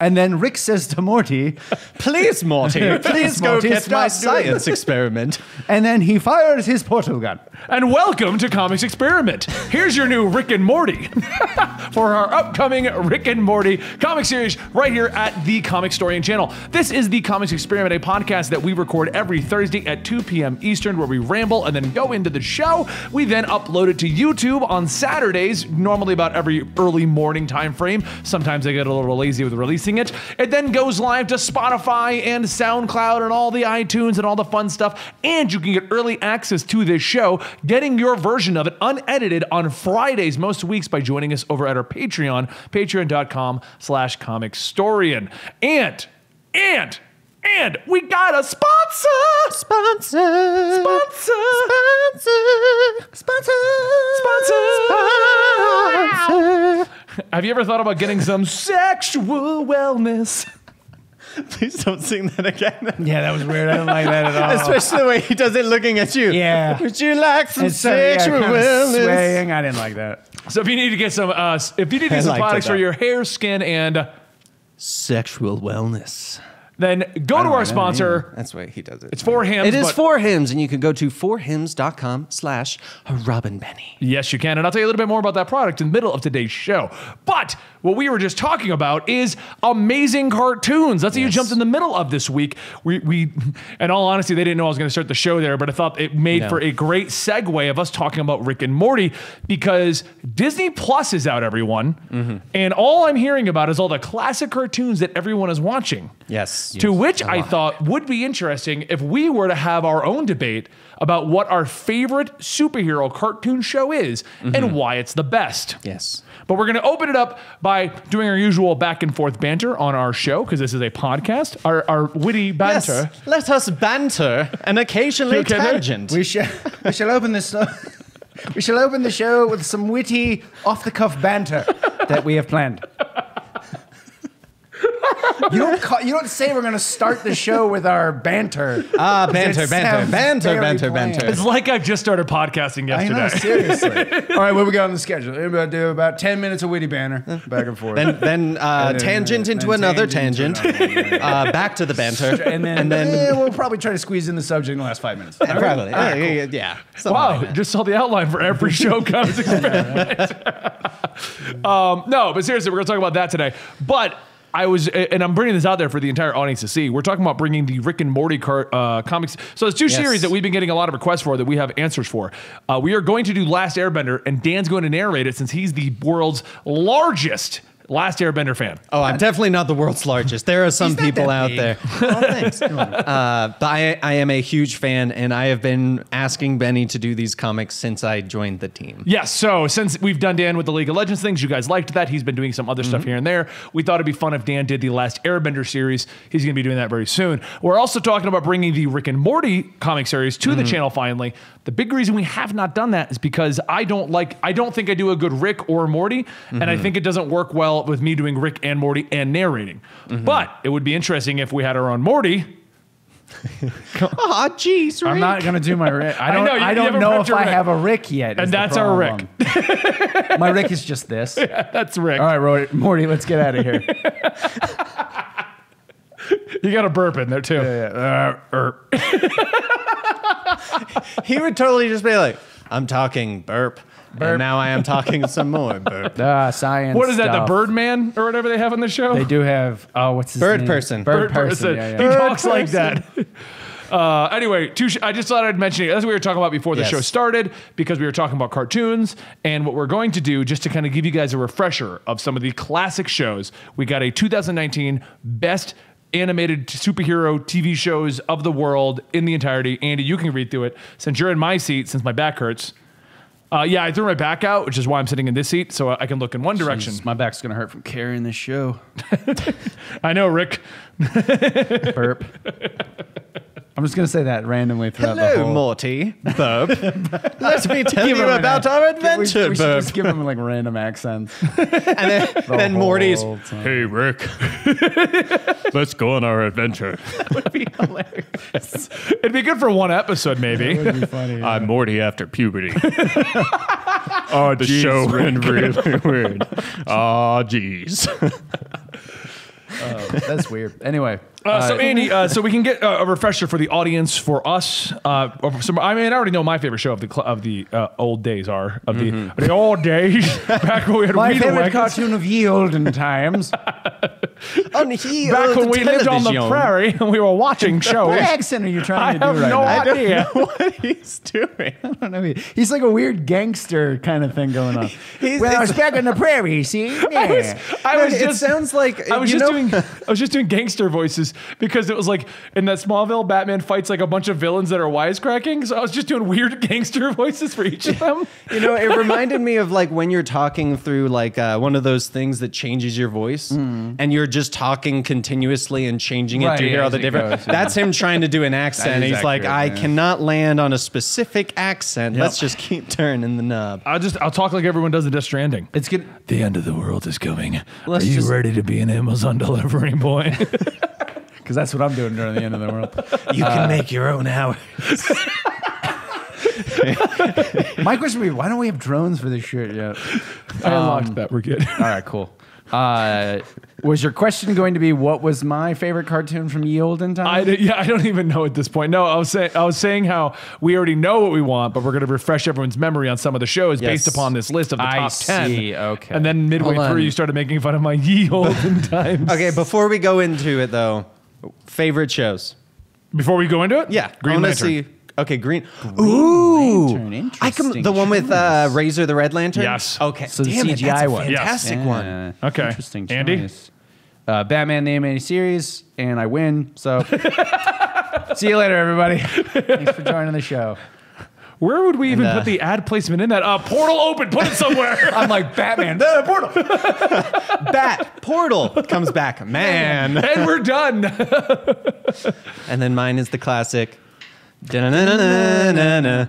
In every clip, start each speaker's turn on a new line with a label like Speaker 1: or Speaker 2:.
Speaker 1: And then Rick says to Morty,
Speaker 2: Please, Morty, please go
Speaker 1: Morty,
Speaker 2: get my
Speaker 1: stop doing
Speaker 2: science experiment.
Speaker 1: and then he fires his portal gun.
Speaker 3: And welcome to Comics Experiment. Here's your new Rick and Morty for our upcoming Rick and Morty comic series right here at the Comic Storian channel. This is the Comics Experiment, a podcast that we record every Thursday at 2 p.m. Eastern, where we ramble and then go into the show. We then upload it to YouTube on Saturdays, normally about every early morning time frame. Sometimes I get a little lazy with releasing it. It then goes live to Spotify and SoundCloud and all the iTunes and all the fun stuff. And you can get early access to this show, getting your version of it unedited on Fridays most weeks by joining us over at our Patreon, patreon.com slash comicstorian. And, and, and we got a sponsor!
Speaker 1: Sponsor.
Speaker 3: Sponsor!
Speaker 1: Sponsor. Sponsor. Sponsor.
Speaker 3: Have you ever thought about getting some sexual wellness?
Speaker 2: Please don't sing that again.
Speaker 1: Yeah, that was weird. I don't like that at all.
Speaker 2: Especially the way he does it looking at you.
Speaker 1: Yeah.
Speaker 2: Would you like some
Speaker 1: It's so, yeah,
Speaker 2: sexual
Speaker 1: kind of
Speaker 2: wellness?
Speaker 1: swaying. I didn't like that.
Speaker 3: So if you need to get some, uh, if you need to
Speaker 2: I
Speaker 3: get some
Speaker 2: liked it,
Speaker 3: products for
Speaker 2: though.
Speaker 3: your hair, skin, and uh,
Speaker 2: Sexual wellness.
Speaker 3: then go to our
Speaker 1: like that
Speaker 3: sponsor.
Speaker 2: That's why he does it.
Speaker 3: It's for him.
Speaker 2: It is for hymns, and you can go to forhymns.com slash Robin Benny.
Speaker 3: Yes, you can. And I'll tell you a little bit more about that product in the middle of today's show. But what we were just talking about is amazing cartoons. That's what you jumped in the middle of this week. We, we, in all honesty, they didn't know I was going to start the show there, but I thought it made
Speaker 2: No.
Speaker 3: for a great segue of us talking about Rick and Morty because Disney Plus is out, everyone.
Speaker 1: Mm-hmm.
Speaker 3: And all I'm hearing about is all the classic cartoons that everyone is watching.
Speaker 2: Yes.
Speaker 3: To which I thought would be interesting if we were to have our own debate about what our favorite superhero cartoon show is and why it's the best.
Speaker 2: Mm-hmm. Yes.
Speaker 3: But we're going to open it up by doing our usual back and forth banter on our show because this is a podcast, our, our witty banter.
Speaker 2: Yes. Let us banter and occasionally
Speaker 3: Okay, there-
Speaker 2: tangent.
Speaker 1: We shall we shall open this we shall open the show with some witty off the cuff banter that we have planned. You don't ca- you don't say we're going to start the show with our banter.
Speaker 2: Ah, banter,
Speaker 1: It
Speaker 2: banter,
Speaker 1: sounds
Speaker 2: banter,
Speaker 1: very
Speaker 2: banter,
Speaker 1: bland.
Speaker 2: banter.
Speaker 3: It's like I've just started podcasting
Speaker 1: I
Speaker 3: yesterday.
Speaker 1: know, seriously. All right, what we got on the schedule? We're going to do about 10 minutes of witty banter back and forth.
Speaker 2: Then, then uh,
Speaker 1: And then-
Speaker 2: tangent
Speaker 1: then
Speaker 2: into another tangent,
Speaker 1: to another one.
Speaker 2: uh, back to the banter,
Speaker 1: and then, eh, we'll probably try to squeeze in the subject in the last five minutes.
Speaker 2: Yeah, probably, yeah, yeah, yeah. Something
Speaker 3: Wow,
Speaker 2: like that.
Speaker 3: just saw the outline for every show comes experiment. um, no, but seriously, we're going to talk about that today. But I was, and I'm bringing this out there for the entire audience to see. We're talking about bringing the Rick and Morty car, uh, comics. So there's two
Speaker 2: Yes.
Speaker 3: series that we've been getting a lot of requests for that we have answers for. Uh, we are going to do Last Airbender, and Dan's going to narrate it since he's the world's largest Last Airbender fan.
Speaker 2: Oh, I'm definitely not the world's largest. There are some
Speaker 1: He's not
Speaker 2: people
Speaker 1: that
Speaker 2: out
Speaker 1: big.
Speaker 2: there. Oh, thanks. uh, but I, I am a huge fan, and I have been asking Benny to do these comics since I joined the team.
Speaker 3: Yes. So since we've done Dan with the League of Legends things, you guys liked that. He's been doing some other
Speaker 1: Mhm.
Speaker 3: stuff here and there. We thought it'd be fun if Dan did the last Airbender series. He's going to be doing that very soon. We're also talking about bringing the Rick and Morty comic series to
Speaker 1: Mhm.
Speaker 3: the channel finally. The big reason we have not done that is because I don't like, I don't think I do a good Rick or Morty. And
Speaker 1: Mhm.
Speaker 3: I think it doesn't work well with me doing Rick and Morty and narrating.
Speaker 1: Mhm.
Speaker 3: But it would be interesting if we had our own Morty.
Speaker 2: Aw, jeez,
Speaker 1: I'm not going to do my Rick. I don't,
Speaker 3: know,
Speaker 1: I
Speaker 3: you- you
Speaker 1: don't
Speaker 3: haven't
Speaker 1: know
Speaker 3: prepped
Speaker 1: if
Speaker 3: your
Speaker 1: I
Speaker 3: Rick.
Speaker 1: have a Rick yet. is
Speaker 3: And
Speaker 1: the
Speaker 3: that's our Rick.
Speaker 1: problem. my Rick is just this. All
Speaker 3: That's Rick.
Speaker 1: right, Roy- Morty, let's get out of here.
Speaker 3: You got a burp in there too.
Speaker 1: Yeah, uh, er.
Speaker 2: He would totally just be like, "I'm talking burp,
Speaker 1: Burp.
Speaker 2: and now I am talking some more burp."
Speaker 1: Ah, science.
Speaker 3: What is that?
Speaker 1: stuff.
Speaker 3: The Birdman or whatever they have on the show?
Speaker 1: They do have. Oh, what's his
Speaker 2: Bird
Speaker 1: name?
Speaker 2: person.
Speaker 1: Bird,
Speaker 3: Bird
Speaker 1: person.
Speaker 3: person.
Speaker 1: Yeah, yeah.
Speaker 3: He talks like that. Uh, anyway, two sh- I just thought I'd mention it. That's what we were talking about before the
Speaker 2: Yes.
Speaker 3: show started because we were talking about cartoons and what we're going to do just to kind of give you guys a refresher of some of the classic shows. We got a 2019 best animated superhero TV shows of the world in the entirety. Andy, you can read through it since you're in my seat since my back hurts. Uh, yeah, I threw my back out, which is why I'm sitting in this seat, so I can look in one direction.
Speaker 1: My back's gonna hurt from carrying this show.
Speaker 3: I know, Rick.
Speaker 1: Burp. I'm just gonna say that randomly throughout the
Speaker 2: Hello,
Speaker 1: whole.
Speaker 2: Morty. Burp. Let me tell
Speaker 1: Give
Speaker 2: you
Speaker 1: him an
Speaker 2: about
Speaker 1: act-
Speaker 2: our
Speaker 1: Yeah, we-
Speaker 2: adventure,
Speaker 1: we, should
Speaker 2: Burp.
Speaker 1: just give him like random accents.
Speaker 2: And then, then Morty's,
Speaker 1: whole time.
Speaker 2: hey, Rick, let's go on our adventure.
Speaker 3: It'd be good for one episode, maybe.
Speaker 1: That would be funny. yeah.
Speaker 2: I'm Morty after puberty. oh, Ah, the show went really weird. Oh, jeez.
Speaker 1: That's weird. Anyway,
Speaker 3: Uh, so Andy, uh, so we can get uh, a refresher for the audience, for us. Uh, or for some, I mean, I already know my favorite show of the cl- of the uh, old days are of the the old days back when we had
Speaker 1: my
Speaker 3: Weedle
Speaker 1: favorite
Speaker 3: Wagon.
Speaker 1: cartoon of ye olden times.
Speaker 2: On here
Speaker 3: back when we lived on the
Speaker 2: television.
Speaker 3: prairie and we were watching shows.
Speaker 1: What accent are you
Speaker 3: I
Speaker 1: trying to
Speaker 3: have
Speaker 1: do right
Speaker 3: no
Speaker 1: now?
Speaker 2: I don't
Speaker 3: idea.
Speaker 2: know what he's doing.
Speaker 1: I don't know. He's like a weird gangster kind of thing going on.
Speaker 2: He's-
Speaker 1: well,
Speaker 2: it's-
Speaker 1: it's back on the prairie, see?
Speaker 3: I was,
Speaker 1: Yeah.
Speaker 3: I
Speaker 2: No,
Speaker 3: was
Speaker 2: it
Speaker 3: just
Speaker 2: sounds like,
Speaker 3: I was
Speaker 2: you
Speaker 3: just
Speaker 2: know-
Speaker 3: doing I was just doing gangster voices because it was like in that Smallville Batman fights like a bunch of villains that are wisecracking so I was just doing weird gangster voices for each of them
Speaker 2: You know, it reminded me of like when you're talking through like uh, one of those things that changes your voice,
Speaker 3: Mm.
Speaker 2: and you're just talking continuously and changing it
Speaker 1: Right,
Speaker 2: to hear
Speaker 1: yeah,
Speaker 2: all
Speaker 1: as
Speaker 2: the
Speaker 1: it
Speaker 2: different.
Speaker 1: goes, yeah.
Speaker 2: That's him trying to do an accent.
Speaker 1: is
Speaker 2: He's like, I
Speaker 1: accurate, yeah.
Speaker 2: cannot land on a specific accent. Let's just keep turning the knob.
Speaker 3: I'll just I'll talk like everyone does the Death Stranding
Speaker 1: It's good.
Speaker 3: the end of the world is coming
Speaker 2: Let's just-
Speaker 3: ready to be an Amazon delivery boy
Speaker 1: Because that's what I'm doing during the end of the world.
Speaker 2: You can make your own hour.
Speaker 1: My question would be why don't we have drones for this shit yet?
Speaker 3: I unlocked that we're good
Speaker 2: Um,
Speaker 1: All right, cool. Uh, was your question going to be what was my favorite cartoon from ye olden times?
Speaker 3: I, don't- yeah, I don't even know at this point. No, I was saying I was saying how we already know what we want, but we're going to refresh everyone's memory on some of the shows based
Speaker 2: Yes.
Speaker 3: upon this list of the
Speaker 1: I
Speaker 3: top ten.
Speaker 1: see, okay.
Speaker 3: And then midway
Speaker 2: Hold
Speaker 3: through,
Speaker 2: on.
Speaker 3: you started making fun of my ye olden times.
Speaker 2: Okay, before we go into it though, favorite shows.
Speaker 3: Before we go into it,
Speaker 2: Yeah, I
Speaker 3: Green
Speaker 2: wanna
Speaker 3: Lantern.
Speaker 2: see- Okay, green. Ooh,
Speaker 1: Lantern,
Speaker 2: I can,
Speaker 1: interesting
Speaker 2: the one with uh, Razor the Red Lantern.
Speaker 3: Yes.
Speaker 2: Okay.
Speaker 1: So the
Speaker 2: Damn it, that's
Speaker 1: CGI
Speaker 2: a
Speaker 1: one.
Speaker 3: Yes.
Speaker 2: Fantastic
Speaker 1: Yeah.
Speaker 2: one.
Speaker 3: Okay.
Speaker 1: Interesting.
Speaker 3: Andy?
Speaker 1: choice. Uh, Batman the animated series, and I win. So see you later, everybody. Thanks for joining the show.
Speaker 3: where would we even
Speaker 2: uh,
Speaker 3: put the ad placement in that? Uh, portal open, put it somewhere.
Speaker 1: I'm like Batman the portal.
Speaker 2: Bat portal comes back, man.
Speaker 3: and we're done.
Speaker 2: And then mine is the classic. Da-na-na-na-na-na.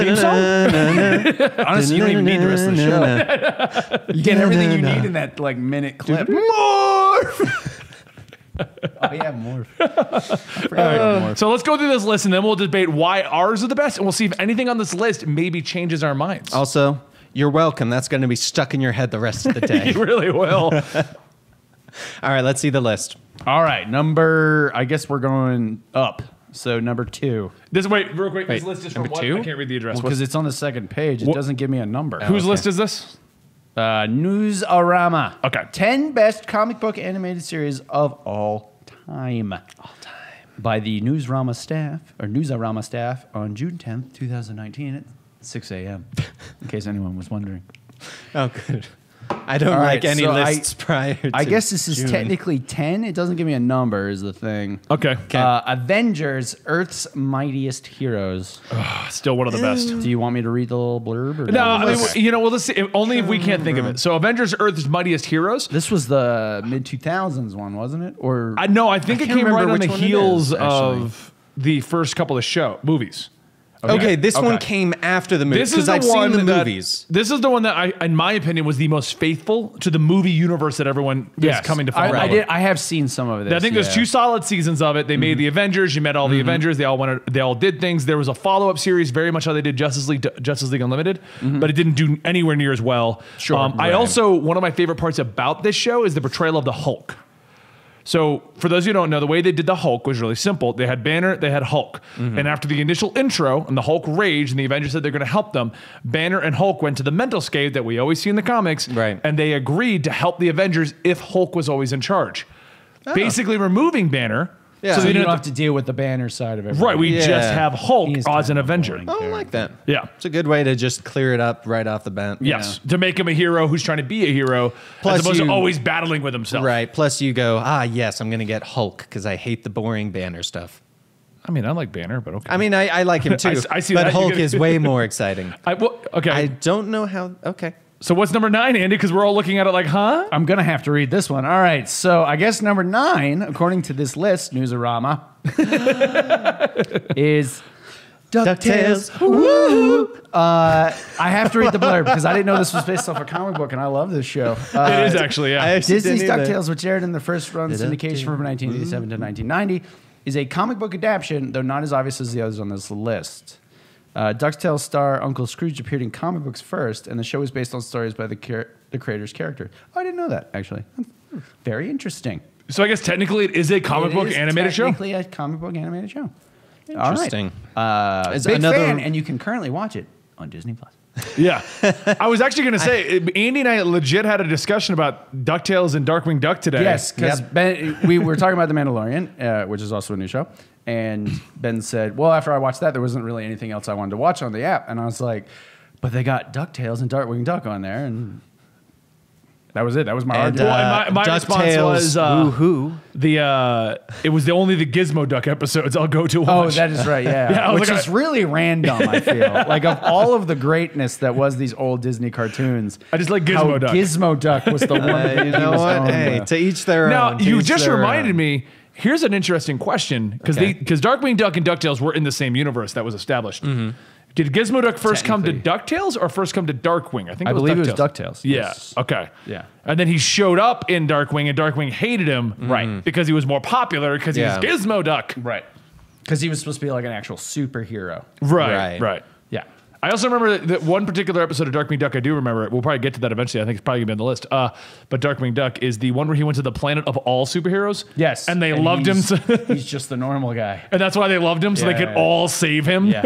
Speaker 2: Da-na-na-na-na-na.
Speaker 1: Honestly, you don't even need the rest of the show. You get everything you need in that like minute clip.
Speaker 2: Morph.
Speaker 1: Oh yeah, morph. I forgot about morph.
Speaker 3: so let's go through this list, and then we'll debate why ours are the best, and we'll see if anything on this list maybe changes our minds.
Speaker 1: Oh.
Speaker 2: Also, you're welcome. That's going to be stuck in your head the rest of the day.
Speaker 3: It really
Speaker 2: All
Speaker 3: will.
Speaker 2: right, let's see the list.
Speaker 1: All right, number. I guess we're going up. So number two,
Speaker 3: This wait, real quick. this
Speaker 1: Wait,
Speaker 3: list is from
Speaker 1: number
Speaker 3: what?
Speaker 1: two? oh,
Speaker 3: I can't read the address.
Speaker 1: because
Speaker 3: What's-
Speaker 1: it's on the second page. It
Speaker 3: Wha-
Speaker 1: doesn't give me a number.
Speaker 3: Whose list is this?
Speaker 1: Uh, Newsarama.
Speaker 3: Okay.
Speaker 1: 10 best comic book animated series of all time. All time. By the Newsarama staff, or Newsarama staff, on June 10th, 2019 at 6 a.m. in case anyone was wondering.
Speaker 2: Oh, good. I don't
Speaker 1: All
Speaker 2: like
Speaker 1: right,
Speaker 2: any
Speaker 1: so I-
Speaker 2: lists prior to
Speaker 1: I guess this is
Speaker 2: June.
Speaker 1: technically 10. It doesn't give me a number, is the thing.
Speaker 3: Okay.
Speaker 1: Uh, Avengers, Earth's Mightiest Heroes.
Speaker 3: Ah, Still one of
Speaker 1: Mm.
Speaker 3: the best.
Speaker 1: Do you want me to read the little blurb? Or
Speaker 3: No, I mean, you know, well, let's see. if- Only if we can't think of
Speaker 1: Mm-hmm.
Speaker 3: it. So, Avengers: Earth's Mightiest Heroes.
Speaker 1: This was the mid 2000s one, wasn't it? Or
Speaker 3: I know. I think
Speaker 1: I
Speaker 3: it
Speaker 1: can't
Speaker 3: came right
Speaker 1: remember
Speaker 3: on the
Speaker 1: which one it
Speaker 3: heels
Speaker 1: is, actually.
Speaker 3: of the first couple of show movies.
Speaker 2: Okay, this one
Speaker 1: Okay.
Speaker 2: came after the movies
Speaker 3: This
Speaker 2: because
Speaker 3: is the
Speaker 2: I've
Speaker 3: one
Speaker 2: seen the
Speaker 3: that,
Speaker 2: movies.
Speaker 3: This is the one that I, in my opinion, was the most faithful to the movie universe that everyone
Speaker 1: Yes.
Speaker 3: is coming to
Speaker 1: I-
Speaker 3: follow.
Speaker 1: I, did, I have seen some of this.
Speaker 3: I think there's
Speaker 1: yeah. Mm-hmm.
Speaker 3: two solid seasons of it. They made the Avengers. You met all the Avengers. They all wanted. They all did things. There was a follow up series, very much how they did Justice League, Justice League Unlimited, but it didn't do anywhere near as well.
Speaker 1: Mm-hmm.
Speaker 3: Um,
Speaker 1: Sure,
Speaker 3: I
Speaker 1: right.
Speaker 3: also one of my favorite parts about this show is the portrayal of the Hulk. So, for those who don't know, the way they did the Hulk was really simple. They had Banner, they had Hulk.
Speaker 2: Mm-hmm.
Speaker 3: And after the initial intro and the Hulk raged and the Avengers said they're going to help them, Banner and Hulk went to the mental scape that we always see in the comics.
Speaker 2: Right.
Speaker 3: And they agreed to help the Avengers if Hulk was always in charge. Basically, removing Banner.
Speaker 2: Oh. Yeah.
Speaker 3: So
Speaker 1: So
Speaker 3: they
Speaker 1: you
Speaker 3: didn't
Speaker 1: don't
Speaker 3: have
Speaker 1: have
Speaker 3: to.
Speaker 1: to deal with the banner side of it.
Speaker 3: Right. We
Speaker 2: Yeah. Oh,
Speaker 3: just have Hulk
Speaker 1: He's
Speaker 3: as an
Speaker 1: kind of
Speaker 3: Avenger.
Speaker 1: annoying.
Speaker 2: I don't like that.
Speaker 3: Yeah.
Speaker 2: It's a good way to just clear it up right off the bat.
Speaker 3: Yes. To make him a hero who's trying to be a hero
Speaker 2: Plus
Speaker 3: as opposed
Speaker 2: you-
Speaker 3: to always battling with himself.
Speaker 2: Right. Plus, you go, ah, yes, I'm going to get Hulk because I hate the boring banner stuff.
Speaker 3: I mean, I like Banner, but okay.
Speaker 2: I mean, I, I like him too.
Speaker 3: s- I see
Speaker 2: but
Speaker 3: that. You
Speaker 2: Hulk
Speaker 3: can-
Speaker 2: is way more exciting.
Speaker 3: I, well, okay.
Speaker 2: I don't know how. Okay.
Speaker 3: so, what's number nine, Andy? Because we're all looking at it like, huh?
Speaker 1: I'm gonna have to read this one. All right. So I guess number nine, according to this list, Newsarama, is
Speaker 2: DuckTales.
Speaker 1: Woo! Uh, I have to read the blurb because I didn't know this was based off a comic book, and I love this show. Uh,
Speaker 3: it is actually, yeah.
Speaker 2: I actually
Speaker 1: Disney's
Speaker 2: didn't either.
Speaker 1: DuckTales, which aired in the first run syndication from 1987 to 1990, is a comic book adaptation, though not as obvious as the others on this list. Uh, DuckTales star Uncle Scrooge appeared in comic books first, and the show was based on stories by the, char- the creator's character. Oh, I didn't know that, actually. Very interesting.
Speaker 3: So I guess technically it is a comic
Speaker 1: It
Speaker 3: book
Speaker 1: is
Speaker 3: animated show.
Speaker 1: Technically, a comic book animated show.
Speaker 2: Interesting.
Speaker 1: All right. Uh,
Speaker 2: Is
Speaker 1: big
Speaker 2: another-
Speaker 1: fan, and you can currently watch it on Disney Plus.
Speaker 3: Yeah. I was actually going to say, it- Andy and I legit had a discussion about DuckTales and Darkwing Duck today.
Speaker 1: Yes, because Ben, we were talking about The Mandalorian, uh, which is also a new show, and Ben said, "Well, after I watched that, there wasn't really anything else I wanted to watch on the app," and I was like, "But they got Ducktales and Darkwing Duck on there, and that was it. That was my
Speaker 2: And, uh,
Speaker 1: argument."
Speaker 3: Well, and my- my response was, uh,
Speaker 2: woohoo.
Speaker 3: The uh, It was the only the Gizmo Duck episodes I'll go to
Speaker 1: Oh,
Speaker 3: watch.
Speaker 1: that is right. Yeah,
Speaker 3: Yeah, I was
Speaker 1: which
Speaker 3: like,
Speaker 1: is
Speaker 3: I-
Speaker 1: really random. I feel like of all of the greatness that was these old Disney cartoons,
Speaker 3: I just like Gizmo
Speaker 1: how
Speaker 3: Duck.
Speaker 1: Gizmo Duck was the one.
Speaker 2: Uh,
Speaker 1: that
Speaker 2: you
Speaker 1: he
Speaker 2: know
Speaker 1: was
Speaker 2: what?
Speaker 1: on
Speaker 2: Hey,
Speaker 1: the-
Speaker 2: to each their
Speaker 3: Now
Speaker 2: own. to
Speaker 3: you
Speaker 2: each
Speaker 3: just
Speaker 2: their
Speaker 3: reminded
Speaker 2: own.
Speaker 3: me. Here's an interesting question because
Speaker 2: Okay.
Speaker 3: they because Darkwing Duck and Ducktales were in the same universe that was established. Did Gizmo Duck first come to Ducktales or first come to Darkwing? I think
Speaker 1: I
Speaker 3: it was
Speaker 1: believe it
Speaker 3: DuckTales.
Speaker 1: was DuckTales,
Speaker 3: Yeah.
Speaker 1: yes.
Speaker 3: Okay.
Speaker 1: Yeah.
Speaker 3: And then he showed up in Darkwing, and Darkwing hated him, right? Because he was more popular because
Speaker 2: Mm-hmm. Yeah.
Speaker 3: he was Gizmo Duck.
Speaker 1: right, because he was supposed to be like an actual superhero.
Speaker 3: Right.
Speaker 2: Right.
Speaker 3: Right.
Speaker 1: Yeah.
Speaker 3: I also remember that, that one particular episode of Darkwing Duck. I do remember it. We'll probably get to that eventually. I think it's probably gonna be on the list. Uh, but Darkwing Duck is the one where he went to the planet of all superheroes.
Speaker 1: Yes.
Speaker 3: and they loved him.
Speaker 1: he's-
Speaker 3: So,
Speaker 1: he's just the normal guy.
Speaker 3: and that's why they loved him, so they
Speaker 1: Yeah,
Speaker 3: could
Speaker 1: yeah.
Speaker 3: all save him.
Speaker 1: Yeah.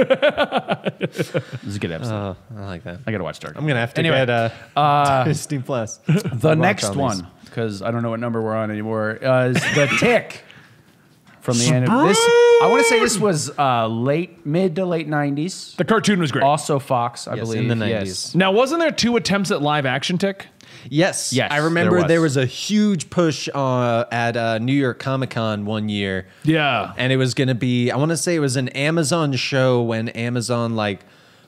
Speaker 1: this is a good episode.
Speaker 2: Oh, I like that.
Speaker 1: I got to watch Dark.
Speaker 2: I'm gonna have to
Speaker 1: Anyway,
Speaker 2: get uh, Disney Plus.
Speaker 1: the next
Speaker 2: on these.
Speaker 1: one, because I don't know what number we're on anymore, uh, is The Tick from the end of this. I want to say this was uh, late, mid to late 90s.
Speaker 3: The cartoon was great.
Speaker 1: Also Fox, I
Speaker 2: Yes,
Speaker 1: believe.
Speaker 2: in the
Speaker 1: Yes.
Speaker 2: 90s.
Speaker 3: Now, wasn't there two attempts at live action tick?
Speaker 2: Yes,
Speaker 1: Yes,
Speaker 2: I remember
Speaker 1: there
Speaker 2: there
Speaker 1: was.
Speaker 2: was, a huge push uh, at uh, New York Comic Con one year.
Speaker 3: Yeah.
Speaker 2: and it was going to be. I want to say it was an Amazon show when Amazon like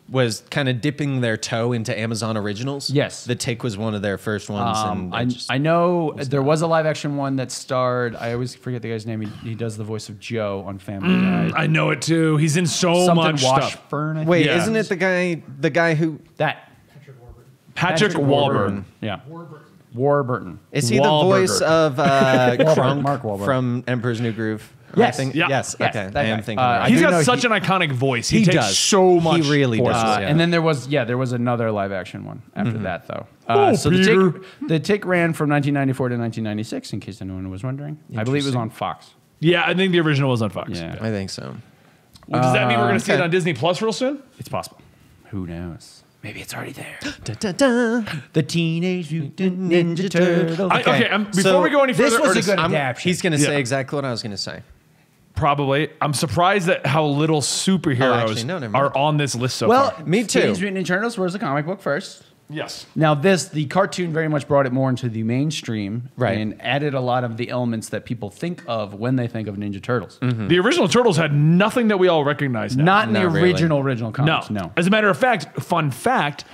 Speaker 2: was kind of dipping their toe into Amazon originals.
Speaker 1: Yes.
Speaker 2: the Tick was one of their first ones.
Speaker 1: Um,
Speaker 2: and
Speaker 1: I,
Speaker 2: just-
Speaker 1: I know there was a live action one that starred, I always forget the guy's name. He, he does the voice of Joe on Family Guy.
Speaker 3: Mm, I know it too. He's in so much
Speaker 1: Something
Speaker 3: stuff.
Speaker 1: Washburn. I think.
Speaker 2: wait,
Speaker 3: yeah.
Speaker 2: isn't it the guy? The guy who
Speaker 1: That.
Speaker 3: Patrick, Wahlberg.
Speaker 1: Yeah. Warburton.
Speaker 2: is he
Speaker 3: Wahlberger.
Speaker 2: the voice of uh, Kronk
Speaker 1: Mark Wahlberg.
Speaker 2: from Emperor's New Groove? Am I
Speaker 1: Yes.
Speaker 2: think-
Speaker 3: Yeah.
Speaker 2: yes.
Speaker 1: Yes,
Speaker 2: Okay,
Speaker 1: that
Speaker 2: I am
Speaker 1: guy.
Speaker 2: thinking.
Speaker 1: Uh,
Speaker 2: of
Speaker 1: I
Speaker 2: it.
Speaker 3: He's
Speaker 1: do know
Speaker 3: got such
Speaker 1: he-
Speaker 3: an iconic voice. He,
Speaker 2: He
Speaker 3: takes
Speaker 2: does.
Speaker 3: so
Speaker 2: He
Speaker 3: much.
Speaker 2: really
Speaker 3: for
Speaker 2: does.
Speaker 3: us.
Speaker 1: Uh,
Speaker 2: Yeah.
Speaker 1: And then there was yeah, there was another live action one after that though. Uh,
Speaker 3: Oh,
Speaker 1: so the
Speaker 3: Peter.
Speaker 1: tick the tick ran from 1994 to 1996. In case anyone was wondering, I believe it was on Fox.
Speaker 3: Yeah, I think the original was on Fox.
Speaker 1: Yeah.
Speaker 2: I think so.
Speaker 3: Well, Does that mean we're going to see it
Speaker 2: okay.
Speaker 3: on Disney Plus real soon?
Speaker 1: It's possible. Who knows? Maybe it's already there.
Speaker 2: Da, da, da.
Speaker 1: the Teenage Mutant Ninja Turtles.
Speaker 3: I- okay, um, before we go any
Speaker 1: This
Speaker 3: further,
Speaker 1: was a
Speaker 3: Ernest,
Speaker 1: good
Speaker 3: I'm-
Speaker 1: idea. adaptation.
Speaker 2: He's going to
Speaker 3: Yeah.
Speaker 2: say exactly what I was going to say.
Speaker 3: probably. I'm surprised at how little superheroes
Speaker 2: Oh, actually, no, never mind.
Speaker 3: are on this list so
Speaker 1: well,
Speaker 3: far.
Speaker 2: me too.
Speaker 1: Teenage Mutant Ninja Turtles was a comic book first.
Speaker 3: Yes.
Speaker 1: Now, this the cartoon very much brought it more into the mainstream,
Speaker 2: Right.
Speaker 1: And added a lot of the elements that people think of when they think of Ninja Turtles.
Speaker 3: The original Turtles had nothing that we all recognize now.
Speaker 1: Not in the
Speaker 2: Not really.
Speaker 1: original original
Speaker 3: no.
Speaker 1: comics. No.
Speaker 3: As a matter of fact, fun fact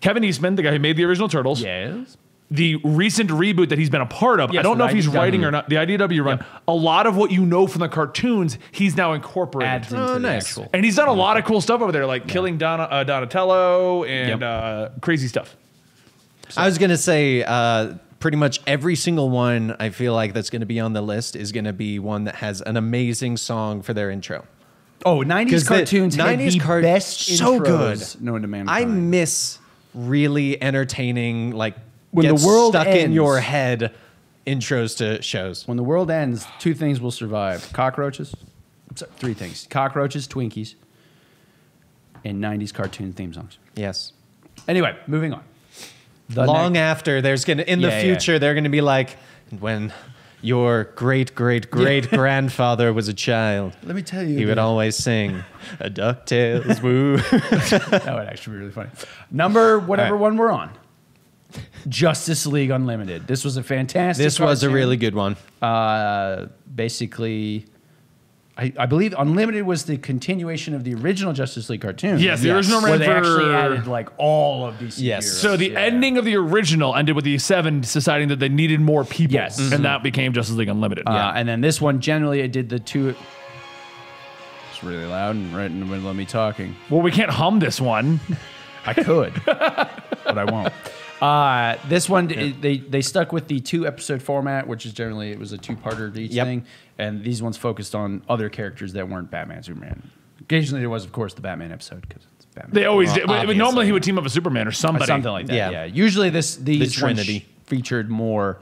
Speaker 3: Kevin Eastman, the guy who made the original Turtles,
Speaker 1: Yes.
Speaker 3: the recent reboot that he's been a part of. I
Speaker 1: Yes,
Speaker 3: don't know
Speaker 1: the
Speaker 3: if he's
Speaker 1: IDW.
Speaker 3: writing or not. The IDW run. A lot of what you know from the cartoons, he's now incorporated.
Speaker 1: Adds into
Speaker 2: Oh,
Speaker 1: the
Speaker 2: nice.
Speaker 1: actual.
Speaker 3: and he's done a lot of cool stuff over there, like killing Donna, uh, Donatello and
Speaker 1: Yep.
Speaker 3: uh, crazy stuff.
Speaker 2: I was going to say uh, pretty much every single one I feel like that's going to be on the list is going to be one that has an amazing song for their intro.
Speaker 1: Oh, 90s
Speaker 2: 'Cause the
Speaker 1: cartoons had
Speaker 2: 90s
Speaker 1: the
Speaker 2: cart-
Speaker 1: best
Speaker 2: so
Speaker 1: intros
Speaker 2: good.
Speaker 1: known to mankind.
Speaker 2: I miss really entertaining, like
Speaker 1: When the
Speaker 2: gets
Speaker 1: world
Speaker 2: stuck in
Speaker 1: ends.
Speaker 2: your head intros to shows.
Speaker 1: when the world ends, two things will survive. Cockroaches. I'm sorry, Three things. Cockroaches, Twinkies, and 90s cartoon theme songs.
Speaker 2: Yes.
Speaker 1: Anyway, moving on. The
Speaker 2: Long
Speaker 1: next-
Speaker 2: after, there's going to, in
Speaker 1: Yeah,
Speaker 2: the
Speaker 1: yeah.
Speaker 2: future, they're going to be like, when your great great great grandfather was a child.
Speaker 1: Let me tell you.
Speaker 2: He would
Speaker 1: the-
Speaker 2: always sing a DuckTales woo.
Speaker 1: that would actually be really funny. Number whatever
Speaker 2: All right.
Speaker 1: one we're on. Justice League Unlimited. This was a fantastic.
Speaker 2: this was a
Speaker 1: cartoon.
Speaker 2: really good one.
Speaker 1: uh, basically, I, I believe Unlimited was the continuation of the original Justice League cartoon.
Speaker 3: Yes, the Yes. original
Speaker 1: where
Speaker 3: ran
Speaker 1: they
Speaker 3: for-
Speaker 1: actually added like all of these.
Speaker 2: Yes.
Speaker 1: superheroes.
Speaker 3: So the
Speaker 1: Yeah.
Speaker 3: ending of the original ended with the seven deciding that they needed more people,
Speaker 1: Yes.
Speaker 2: Mm-hmm.
Speaker 3: and that became Justice League Unlimited.
Speaker 1: Uh, and then this one generally it did the two. It's really loud and right in the middle of me talking.
Speaker 3: Well, we can't hum this one.
Speaker 1: I could, but I won't. Uh, this one it- they they stuck with the two episode format, which is generally it was a two parter each
Speaker 2: Yep.
Speaker 1: thing, and these ones focused on other characters that weren't Batman, Superman. Occasionally there was, of course, the Batman episode because it's Batman.
Speaker 3: They always
Speaker 2: Well,
Speaker 3: did. But- But
Speaker 2: obviously.
Speaker 3: normally he would team up with Superman or
Speaker 1: Or
Speaker 3: somebody.
Speaker 1: something like that. Yeah.
Speaker 2: Yeah.
Speaker 1: Usually this these ones
Speaker 2: Trinity.
Speaker 1: featured more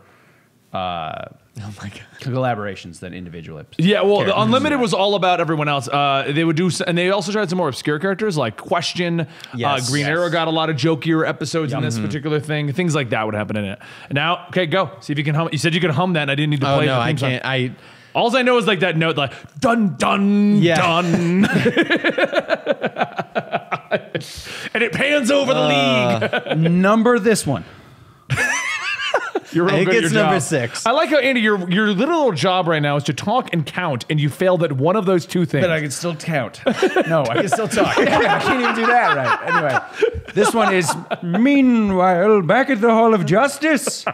Speaker 1: uh,
Speaker 2: Oh my god.
Speaker 1: collaborations than individual episodes.
Speaker 3: Yeah, well, the
Speaker 1: Characters.
Speaker 3: Unlimited was all about everyone else. Uh, they would do, s- and they also tried some more obscure characters like Question.
Speaker 2: Yes.
Speaker 3: uh, Green
Speaker 2: Yes. Mm-hmm.
Speaker 3: Arrow got a lot of jokier episodes in
Speaker 1: Yep.
Speaker 3: this particular thing. Things like that would happen in it. Now, okay, go see if you can hum. You said you could hum that, and I didn't need to
Speaker 2: Oh
Speaker 3: play.
Speaker 2: no,
Speaker 3: the
Speaker 2: I
Speaker 3: theme song.
Speaker 2: can't. I
Speaker 3: Alls I know is like that note, like dun dun
Speaker 2: Yeah.
Speaker 3: dun, and it pans over the
Speaker 2: Uh,
Speaker 3: league.
Speaker 1: Number this one.
Speaker 3: You're real
Speaker 2: I think
Speaker 3: good at
Speaker 2: it's
Speaker 3: your
Speaker 2: number
Speaker 3: job.
Speaker 2: six.
Speaker 3: I like how Andy, your your little job right now is to talk and count, and you failed at one of those two things.
Speaker 1: But I can still count. No, I can still talk. I can't even do that right. Anyway, this one is Meanwhile, back at the Hall of Justice,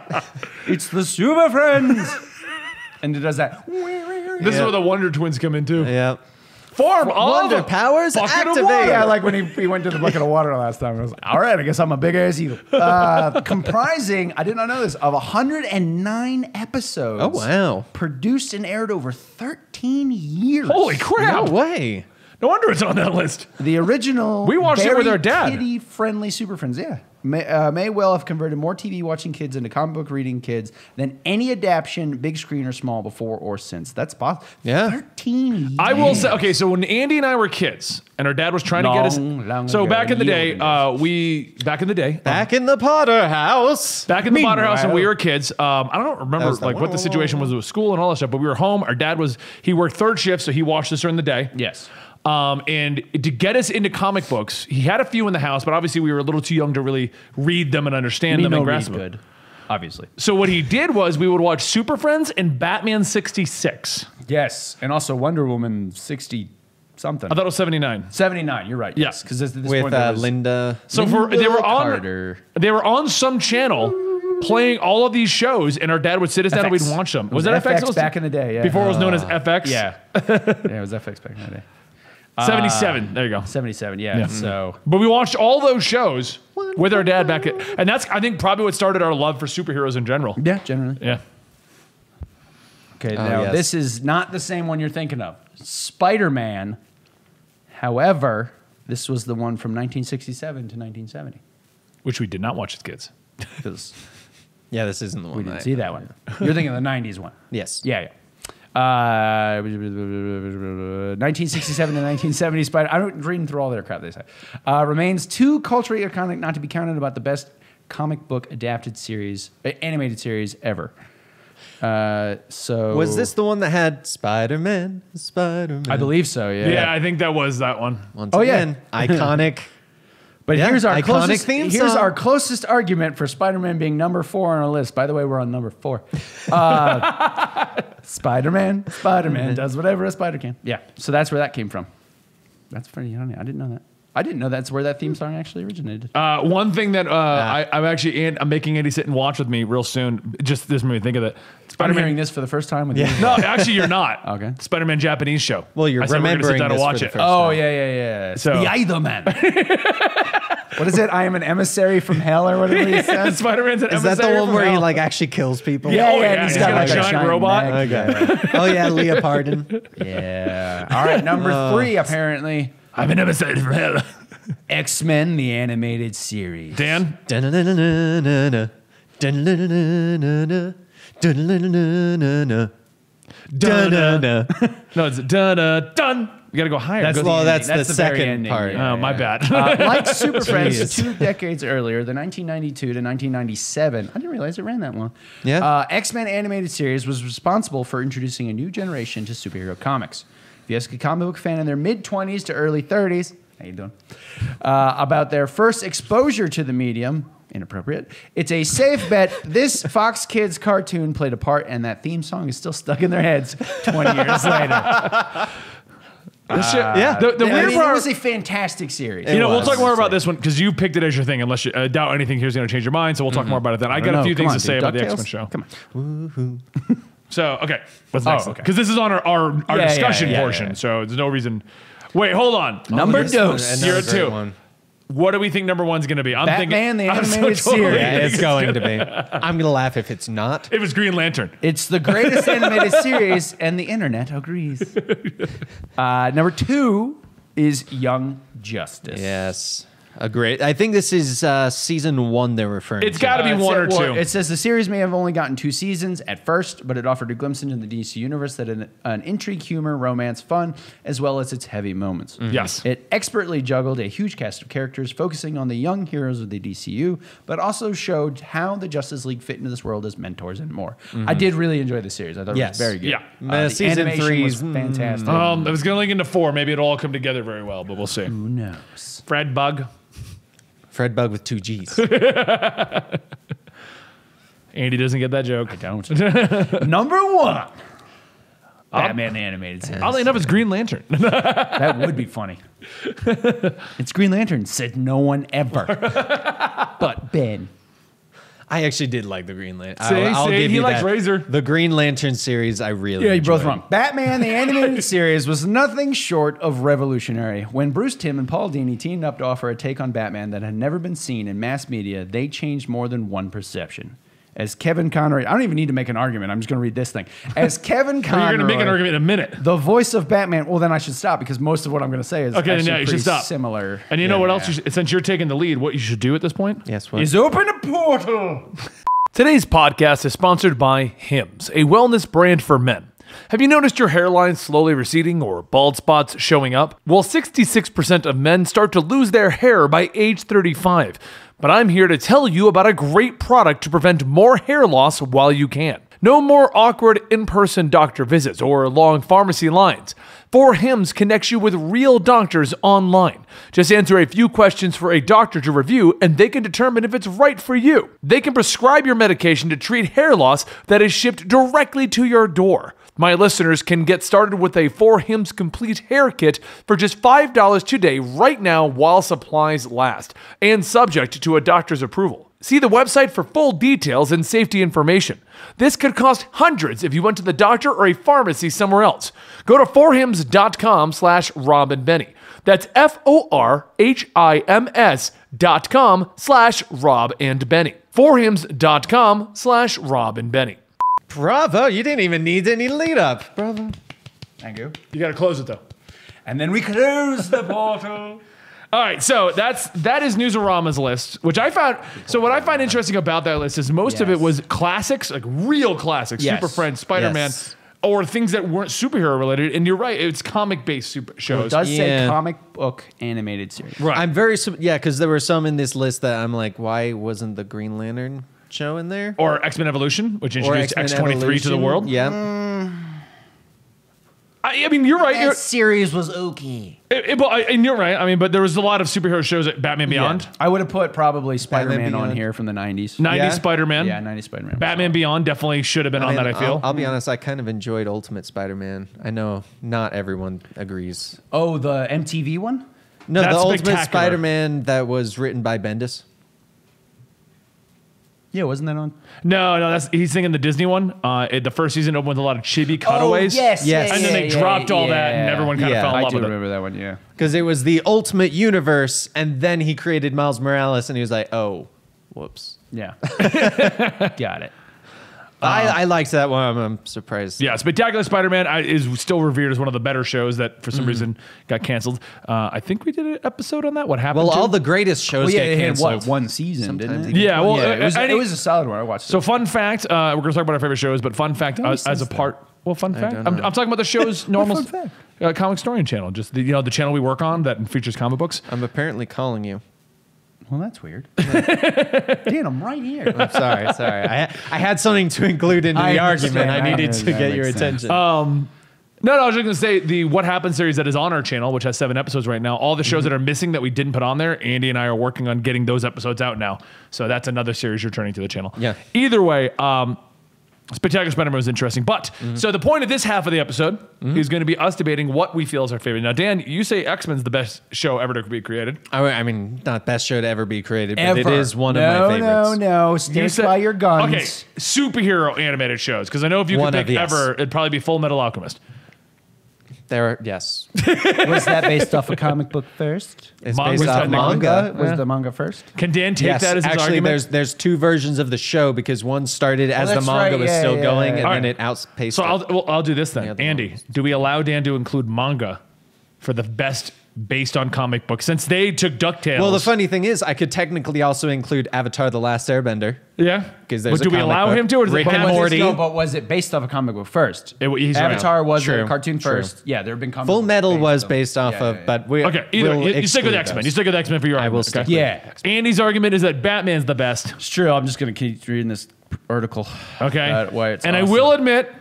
Speaker 1: it's the Super Friends. And it does that.
Speaker 3: this is
Speaker 2: Yeah.
Speaker 3: where the Wonder Twins come in too.
Speaker 2: yeah.
Speaker 3: Form all
Speaker 2: Wonder
Speaker 3: the
Speaker 2: powers
Speaker 3: bucket of
Speaker 2: activate.
Speaker 3: water.
Speaker 1: Yeah, like when he, he went to the bucket of water last time. I was like, all right, I guess I'm a big ass eagle. Uh, comprising, I did not know this, of 109 episodes.
Speaker 2: Oh, wow.
Speaker 1: Produced and aired over 13 years.
Speaker 3: Holy crap!
Speaker 2: No
Speaker 3: No,
Speaker 2: way.
Speaker 3: wonder it's on that list.
Speaker 1: The original.
Speaker 3: We watched it with our dad.
Speaker 1: Kitty friendly Super Friends, yeah. May, uh, may well have converted more TV watching kids into comic book reading kids than any adaptation, big screen or small, before or since. That's possible.
Speaker 2: Yeah.
Speaker 1: 13 years.
Speaker 3: I will say, okay, so when Andy and I were kids, and our dad was trying to get us,
Speaker 1: Long, long
Speaker 3: so
Speaker 1: ago,
Speaker 3: back in the
Speaker 1: years
Speaker 3: day,
Speaker 1: ago.
Speaker 3: uh, we back in the day,
Speaker 2: Back in the Potter house.
Speaker 3: Back in the Potter house when we
Speaker 1: Meanwhile-
Speaker 3: were kids, um, I don't remember
Speaker 2: was the-
Speaker 3: like what the situation was with school and all that stuff, but we were home. Our dad was he worked third shift, so he watched us during the day.
Speaker 1: Yes.
Speaker 3: Um, and to get us into comic books, he had a few in the house, but obviously we were a little too young to really read them and understand
Speaker 1: Me
Speaker 3: them
Speaker 1: no
Speaker 3: and
Speaker 1: read
Speaker 3: grasp them.
Speaker 1: good, obviously.
Speaker 3: So what he did was we would watch Super Friends and Batman sixty six.
Speaker 1: Yes, and also Wonder Woman 60 something.
Speaker 3: I thought it was seventy nine.
Speaker 1: 79, you're right.
Speaker 3: Yeah.
Speaker 1: Yes, because this, this
Speaker 2: With
Speaker 1: point there
Speaker 2: uh,
Speaker 1: was-
Speaker 2: Linda.
Speaker 3: So for, they were on
Speaker 2: Carter.
Speaker 3: they were on some channel playing all of these shows, and our dad would sit us down and
Speaker 1: FX.
Speaker 3: we'd watch them.
Speaker 1: It
Speaker 3: Was, that FX,
Speaker 1: FX back in the day? Yeah.
Speaker 3: before it was known as FX?
Speaker 1: yeah. yeah, it was FX back in the day.
Speaker 3: seventy seven. there you go.
Speaker 1: 77, yeah. So
Speaker 3: But we watched all those shows with our dad back, at, and that's I think probably what started our love for superheroes in general.
Speaker 1: yeah, generally.
Speaker 3: Yeah.
Speaker 1: Okay, now
Speaker 2: yes.
Speaker 1: this is not the same one you're thinking of. Spider Man, however, this was the one from 1967 to 1970.
Speaker 3: Which we did not watch as kids.
Speaker 1: Because
Speaker 2: Yeah, this isn't the one.
Speaker 1: we didn't
Speaker 2: I-
Speaker 1: see that one. You're thinking of the 90s one.
Speaker 2: Yes.
Speaker 1: Yeah, yeah. Uh, 1967 to 1970 Spider. I don't reading through all their crap they say. Uh, remains too culturally iconic not to be counted about the best comic book adapted series, uh, animated series ever. Uh, so
Speaker 2: Was this the one that had Spider Man? Spider Man.
Speaker 1: I believe so. Yeah.
Speaker 3: Yeah. I think that was that one.
Speaker 2: Once
Speaker 1: Oh, yeah.
Speaker 2: again, iconic.
Speaker 1: But
Speaker 2: Yeah,
Speaker 1: here's our
Speaker 2: iconic
Speaker 1: closest.
Speaker 2: theme
Speaker 1: here's
Speaker 2: song.
Speaker 1: our closest argument for Spider-Man being number four on our list. By the way, we're on number four. Uh, Spider-Man, Spider-Man does whatever a spider can. Yeah. So that's where that came from. That's pretty funny. I didn't know that. I didn't know that's where that theme song actually originated.
Speaker 3: Uh, one thing that uh,
Speaker 2: Ah.
Speaker 3: I, I'm actually and I'm making Andy sit and watch with me real soon. Just this made me think of it.
Speaker 1: I'm
Speaker 3: Spider
Speaker 1: hearing
Speaker 3: Man.
Speaker 1: this for the first time with you.
Speaker 3: No, actually, you're not.
Speaker 1: Okay.
Speaker 3: Spider Man Japanese show.
Speaker 2: Well, you're
Speaker 3: I said we're gonna sit
Speaker 2: remembering
Speaker 3: down and
Speaker 2: this for
Speaker 3: watch
Speaker 2: the
Speaker 3: it.
Speaker 2: first-
Speaker 1: Oh yeah, yeah, yeah.
Speaker 3: So-
Speaker 1: the Either Man. what is it? I am an emissary from hell or whatever he says.
Speaker 3: Spider Man's
Speaker 2: Is that the one where he like actually kills people?
Speaker 3: Yeah. Oh,
Speaker 1: and
Speaker 3: he's got
Speaker 2: a
Speaker 3: giant robot.
Speaker 1: neck.
Speaker 2: Okay. oh yeah, Leopardon.
Speaker 1: Yeah. All right, number
Speaker 3: Uh,
Speaker 1: three apparently.
Speaker 3: I've never said from hell.
Speaker 1: X Men the animated series.
Speaker 3: Dan,
Speaker 2: Dun-dun-dun-dun-dun-dun. Dun-dun-dun-dun-dun-dun. Dun-dun-dun-dun-dun-dun.
Speaker 3: Dun-dun.
Speaker 2: Dun-dun-dun.
Speaker 3: no, it's dun uh, dun. You gotta go higher.
Speaker 1: That's
Speaker 3: Go-
Speaker 1: the
Speaker 2: Well,
Speaker 1: ending.
Speaker 2: that's,
Speaker 1: That's
Speaker 2: the,
Speaker 1: the very
Speaker 2: second
Speaker 1: ending,
Speaker 2: part.
Speaker 1: yeah.
Speaker 3: oh, my bad.
Speaker 1: Uh, like Super Friends,
Speaker 2: Jeez.
Speaker 1: two decades earlier, the 1992 to 1997, I didn't realize it ran that long.
Speaker 2: Yeah.
Speaker 1: Uh, X Men animated series was responsible for introducing a new generation to superhero comics. If you ask a comic book fan in their mid 20s to early 30s, how you doing? Uh, about their first exposure to the medium, inappropriate. It's a safe bet this Fox Kids cartoon played a part, and that theme song is still stuck in their heads 20 years later.
Speaker 3: This shit-
Speaker 2: yeah.
Speaker 3: The, the
Speaker 1: I
Speaker 3: weird
Speaker 1: mean, it
Speaker 3: part.
Speaker 1: was a fantastic series.
Speaker 3: You know, we'll
Speaker 2: was.
Speaker 3: talk more about this one because you picked it as your thing. Unless you uh, doubt anything, here's going to change your mind. So we'll talk more about it then. I,
Speaker 1: Mm-hmm.
Speaker 3: got
Speaker 1: don't
Speaker 3: a few
Speaker 1: know. Come
Speaker 3: things
Speaker 1: on,
Speaker 3: to say
Speaker 1: dude.
Speaker 3: about the
Speaker 1: DuckTales?
Speaker 3: X Men show.
Speaker 1: Come on.
Speaker 3: So okay, what's
Speaker 1: Oh,
Speaker 3: next? Because
Speaker 1: okay.
Speaker 3: this is on our our,
Speaker 1: Yeah,
Speaker 3: our
Speaker 1: yeah,
Speaker 3: discussion
Speaker 1: yeah, yeah,
Speaker 3: portion.
Speaker 1: yeah.
Speaker 3: So there's no reason. Wait, hold on.
Speaker 1: Number
Speaker 2: This one,
Speaker 1: dose.
Speaker 2: another
Speaker 3: You're
Speaker 2: great
Speaker 3: two.
Speaker 2: one.
Speaker 3: What do we think number one's going to be? I'm
Speaker 1: Batman, the
Speaker 3: I'm
Speaker 1: animated series.
Speaker 2: Yeah, it's
Speaker 3: thinking
Speaker 2: going to be. I'm gonna laugh if it's not.
Speaker 3: It was Green Lantern.
Speaker 1: It's the greatest animated series, and the internet Oh, agrees. Uh, number two is Young Justice.
Speaker 2: Yes. a great. I think this is uh, season one. They're referring.
Speaker 3: It's
Speaker 2: to.
Speaker 3: got to be
Speaker 1: Uh, it
Speaker 3: one
Speaker 1: sa-
Speaker 3: or
Speaker 1: well,
Speaker 3: two.
Speaker 1: It says the series may have only gotten two seasons at first, but it offered a glimpse into the DC universe that an, an intrigue, humor, romance, fun, as well as its heavy moments.
Speaker 3: Mm-hmm. Yes.
Speaker 1: It expertly juggled a huge cast of characters, focusing on the young heroes of the DCU, but also showed how the Justice League fit into this world as mentors and more. I did really enjoy the series. I thought
Speaker 2: Yes.
Speaker 1: it was very good.
Speaker 3: Mm-hmm. Yeah.
Speaker 1: Uh,
Speaker 2: Uh,
Speaker 1: the
Speaker 2: season
Speaker 1: animation
Speaker 2: three
Speaker 1: was
Speaker 2: is- mm,
Speaker 1: fantastic.
Speaker 3: Um, it was going to link into four. Maybe it'll all come together very well, but we'll see.
Speaker 1: Who knows?
Speaker 3: Fred Bug,
Speaker 2: Fred Bug with two G's.
Speaker 3: Andy doesn't get that joke.
Speaker 1: Don't. Number one.
Speaker 3: Uh,
Speaker 1: Batman the animated series.
Speaker 3: Oddly enough, it's Green Lantern.
Speaker 1: That would be funny. it's Green Lantern, said no one ever. but Ben.
Speaker 2: I actually did like the Green Lantern.
Speaker 3: See,
Speaker 2: I'll, I'll
Speaker 3: see,
Speaker 2: give
Speaker 3: he
Speaker 2: you
Speaker 3: likes
Speaker 2: that.
Speaker 3: Razor.
Speaker 2: The Green Lantern series, I really.
Speaker 1: Yeah, you're both
Speaker 2: enjoyed.
Speaker 1: wrong. Batman, the animated series, was nothing short of revolutionary. When Bruce Timm and Paul Dini teamed up to offer a take on Batman that had never been seen in mass media, they changed more than one perception. As Kevin Conroy, I don't even need to make an argument. I'm just going to read this thing. As Kevin Conroy,
Speaker 3: You're going to make an argument in a minute.
Speaker 1: The voice of Batman. Well, then I should stop because most of what I'm going to say is
Speaker 3: Okay,
Speaker 1: actually
Speaker 3: now you should
Speaker 1: pretty
Speaker 3: stop.
Speaker 1: similar.
Speaker 3: And you know
Speaker 1: Yeah.
Speaker 3: what else? You should, since you're taking the lead, what you should do at this point?
Speaker 2: Yes, what?
Speaker 1: Is open a portal.
Speaker 3: Today's podcast is sponsored by Hims, a wellness brand for men. Have you noticed your hairline slowly receding or bald spots showing up? Well, 66% of men start to lose their hair by age 35. But I'm here to tell you about a great product to prevent more hair loss while you can. No more awkward in person doctor visits or long pharmacy lines. 4hims connects you with real doctors online. Just answer a few questions for a doctor to review, and they can determine if it's right for you. They can prescribe your medication to treat hair loss that is shipped directly to your door. My listeners can get started with a 4hims complete hair kit for just $5 today, right now, while supplies last, and subject to a doctor's approval. See the website for full details and safety information. This could cost hundreds if you went to the doctor or a pharmacy somewhere else. Go to forhims.com slash Robin Benny. That's F-O-R-H-I-M-S dot com slash Rob and Benny. Forhims.com slash Rob and Benny.
Speaker 2: Bravo! You didn't even need any lead up. Bravo.
Speaker 1: Thank you.
Speaker 3: You gotta close it though.
Speaker 1: And then we close the portal.
Speaker 3: All right, so that's that is Newsarama's list, which I found. So what I find interesting about that list is most of it
Speaker 1: Yes.
Speaker 3: was classics, like real classics,
Speaker 1: Yes.
Speaker 3: Super Friends, Spider Man,
Speaker 2: Yes.
Speaker 3: or things that weren't superhero related. And you're right, it's comic based super
Speaker 1: It
Speaker 3: shows.
Speaker 1: does
Speaker 2: Yeah.
Speaker 1: say comic book animated series.
Speaker 3: Right.
Speaker 2: I'm very su- yeah, because there were some in this list that I'm like, why wasn't the Green Lantern show in there?
Speaker 3: or X Men Evolution, which introduced X
Speaker 2: X-Men
Speaker 3: twenty three to the
Speaker 2: Evolution?
Speaker 3: world.
Speaker 2: Yeah.
Speaker 3: I, I mean, you're right. You're,
Speaker 1: series was okay.
Speaker 3: it- it- well, I- and you're right. I mean, but there was a lot of superhero shows, like Batman Beyond,
Speaker 1: I would have put probably Spider Man on
Speaker 2: Beyond.
Speaker 1: here from the 90s.
Speaker 3: '90s
Speaker 2: Yeah.
Speaker 3: Spider Man,
Speaker 1: Yeah, 90s Spider Man.
Speaker 3: Batman Beyond definitely should have been on
Speaker 2: Man,
Speaker 3: that. I feel.
Speaker 2: I'll, I'll be honest. I kind of enjoyed Ultimate Spider-Man. I know not everyone agrees.
Speaker 1: Oh, the MTV one?
Speaker 2: No,
Speaker 3: That's
Speaker 2: the Ultimate
Speaker 3: spectacular.
Speaker 2: Spider-Man that was written by Bendis.
Speaker 1: Yeah, wasn't that on?
Speaker 3: no, no, that's he's thinking the Disney one. Uh, it, the first season opened with a lot of
Speaker 1: Oh,
Speaker 3: chibi cutaways.
Speaker 2: Yes.
Speaker 3: And then they dropped all that, and everyone kind
Speaker 2: Yeah.
Speaker 3: of fell in
Speaker 1: I
Speaker 3: love
Speaker 1: do
Speaker 3: with it.
Speaker 1: remember that one, yeah.
Speaker 2: Because it was the Ultimate Universe, and then he created Miles Morales, and he was like, "Oh, whoops."
Speaker 1: Yeah. Got it.
Speaker 2: I, I liked that one. I'm, I'm surprised.
Speaker 3: Uh, Yeah, Spectacular Spider-Man I- is still revered as one of the better shows that for some
Speaker 2: Hmm.
Speaker 3: reason got canceled. Uh, I think we did an episode on that. What happened?
Speaker 2: Well,
Speaker 3: to-
Speaker 2: all the greatest shows
Speaker 3: Oh,
Speaker 1: Well, yeah,
Speaker 2: get
Speaker 1: it had
Speaker 2: canceled.
Speaker 1: what, one season,
Speaker 2: Sometimes
Speaker 1: didn't
Speaker 2: it
Speaker 1: it?
Speaker 2: gets-
Speaker 3: yeah, well,
Speaker 1: it, was,
Speaker 3: uh, any-
Speaker 1: it was a solid one. I watched
Speaker 3: so
Speaker 1: it.
Speaker 3: fun fact. Uh, we're going to talk about our favorite shows, but fun fact uh, as a part. Well, fun fact.
Speaker 2: don't
Speaker 3: I'm,
Speaker 2: know.
Speaker 3: I'm talking about the show's normal
Speaker 1: fun fact?
Speaker 3: uh, comic story channel, just the, you know the channel we work on that features comic books.
Speaker 2: I'm apparently calling you.
Speaker 1: Well, that's weird. Dan, I'm right here.
Speaker 2: I'm sorry, sorry. I, I had something to include into the
Speaker 1: I
Speaker 2: argument.
Speaker 1: understand.
Speaker 2: I
Speaker 1: I
Speaker 2: needed to
Speaker 1: understand.
Speaker 2: get
Speaker 1: That
Speaker 2: your
Speaker 1: makes sense. Uh,
Speaker 2: attention.
Speaker 3: No, no, I was just going to say the What Happened series that is on our channel, which has seven episodes right now. All the
Speaker 2: Mm-hmm.
Speaker 3: shows that are missing that we didn't put on there, Andy and I are working on getting those episodes out now. So that's another series returning to the channel.
Speaker 2: Yeah.
Speaker 3: Either way, um, Spectacular Spider-Man was interesting, but
Speaker 2: Mm-hmm.
Speaker 3: so the point of this half of the episode is going to be us debating what we feel is our favorite. Now, Dan, you say X-Men's the best show ever to be created.
Speaker 2: I, I mean, not best show to ever be created, but
Speaker 1: Ever.
Speaker 2: it is one
Speaker 1: No,
Speaker 2: of my favorites.
Speaker 1: No, no, Stand
Speaker 3: said-
Speaker 1: by your guns.
Speaker 3: Okay, superhero animated shows because I know if you
Speaker 2: One
Speaker 3: could
Speaker 2: of-
Speaker 3: pick
Speaker 2: yes.
Speaker 3: ever, it'd probably be Full Metal Alchemist.
Speaker 2: There are, yes.
Speaker 1: Was that based off a comic book first?
Speaker 2: It's
Speaker 3: Manga-
Speaker 2: based off
Speaker 3: technically.
Speaker 2: manga.
Speaker 1: Was the manga first?
Speaker 3: Can Dan take
Speaker 2: Yes,
Speaker 3: that as his
Speaker 2: actually,
Speaker 3: argument?
Speaker 2: there's there's two versions of the show because one started as the
Speaker 1: that's
Speaker 2: manga
Speaker 1: right,
Speaker 2: was
Speaker 1: yeah,
Speaker 2: still
Speaker 1: yeah,
Speaker 2: going,
Speaker 1: yeah.
Speaker 2: and
Speaker 3: All
Speaker 2: then
Speaker 3: right.
Speaker 2: it outpaced.
Speaker 3: So
Speaker 2: it.
Speaker 3: I'll, well, I'll do this then.
Speaker 2: Yeah, the
Speaker 3: Andy,
Speaker 2: novels.
Speaker 3: do we allow Dan to include manga for the best based on comic book since they took DuckTales.
Speaker 2: Well, the funny thing is, I could technically also include Avatar: The Last Airbender.
Speaker 3: yeah,
Speaker 2: 'Cause
Speaker 3: But
Speaker 2: there's a
Speaker 3: do we
Speaker 2: comic
Speaker 3: allow
Speaker 2: book.
Speaker 3: him to, or does
Speaker 2: Rick
Speaker 3: it
Speaker 2: and
Speaker 3: have
Speaker 1: was it-
Speaker 2: Morty.
Speaker 1: no, but was it based off a comic book first?
Speaker 3: It- he's right.
Speaker 1: Avatar was
Speaker 2: True.
Speaker 1: a cartoon
Speaker 2: True.
Speaker 1: first. Yeah, there have been comic.
Speaker 2: Full
Speaker 1: books
Speaker 2: Metal was
Speaker 1: on-
Speaker 2: based off
Speaker 1: yeah,
Speaker 2: of,
Speaker 1: yeah, yeah.
Speaker 2: but we
Speaker 3: Okay, either
Speaker 2: we'll
Speaker 3: you, you stick
Speaker 2: exclude
Speaker 3: with X Men.
Speaker 2: those.
Speaker 3: You stick with X Men for your. I
Speaker 2: will stick
Speaker 1: with Yeah. X-Men.
Speaker 3: Andy's argument is that Batman's the best.
Speaker 1: It's true. I'm just gonna keep reading this article.
Speaker 3: Okay.
Speaker 1: about why it's
Speaker 3: and I
Speaker 1: awesome.
Speaker 3: will admit,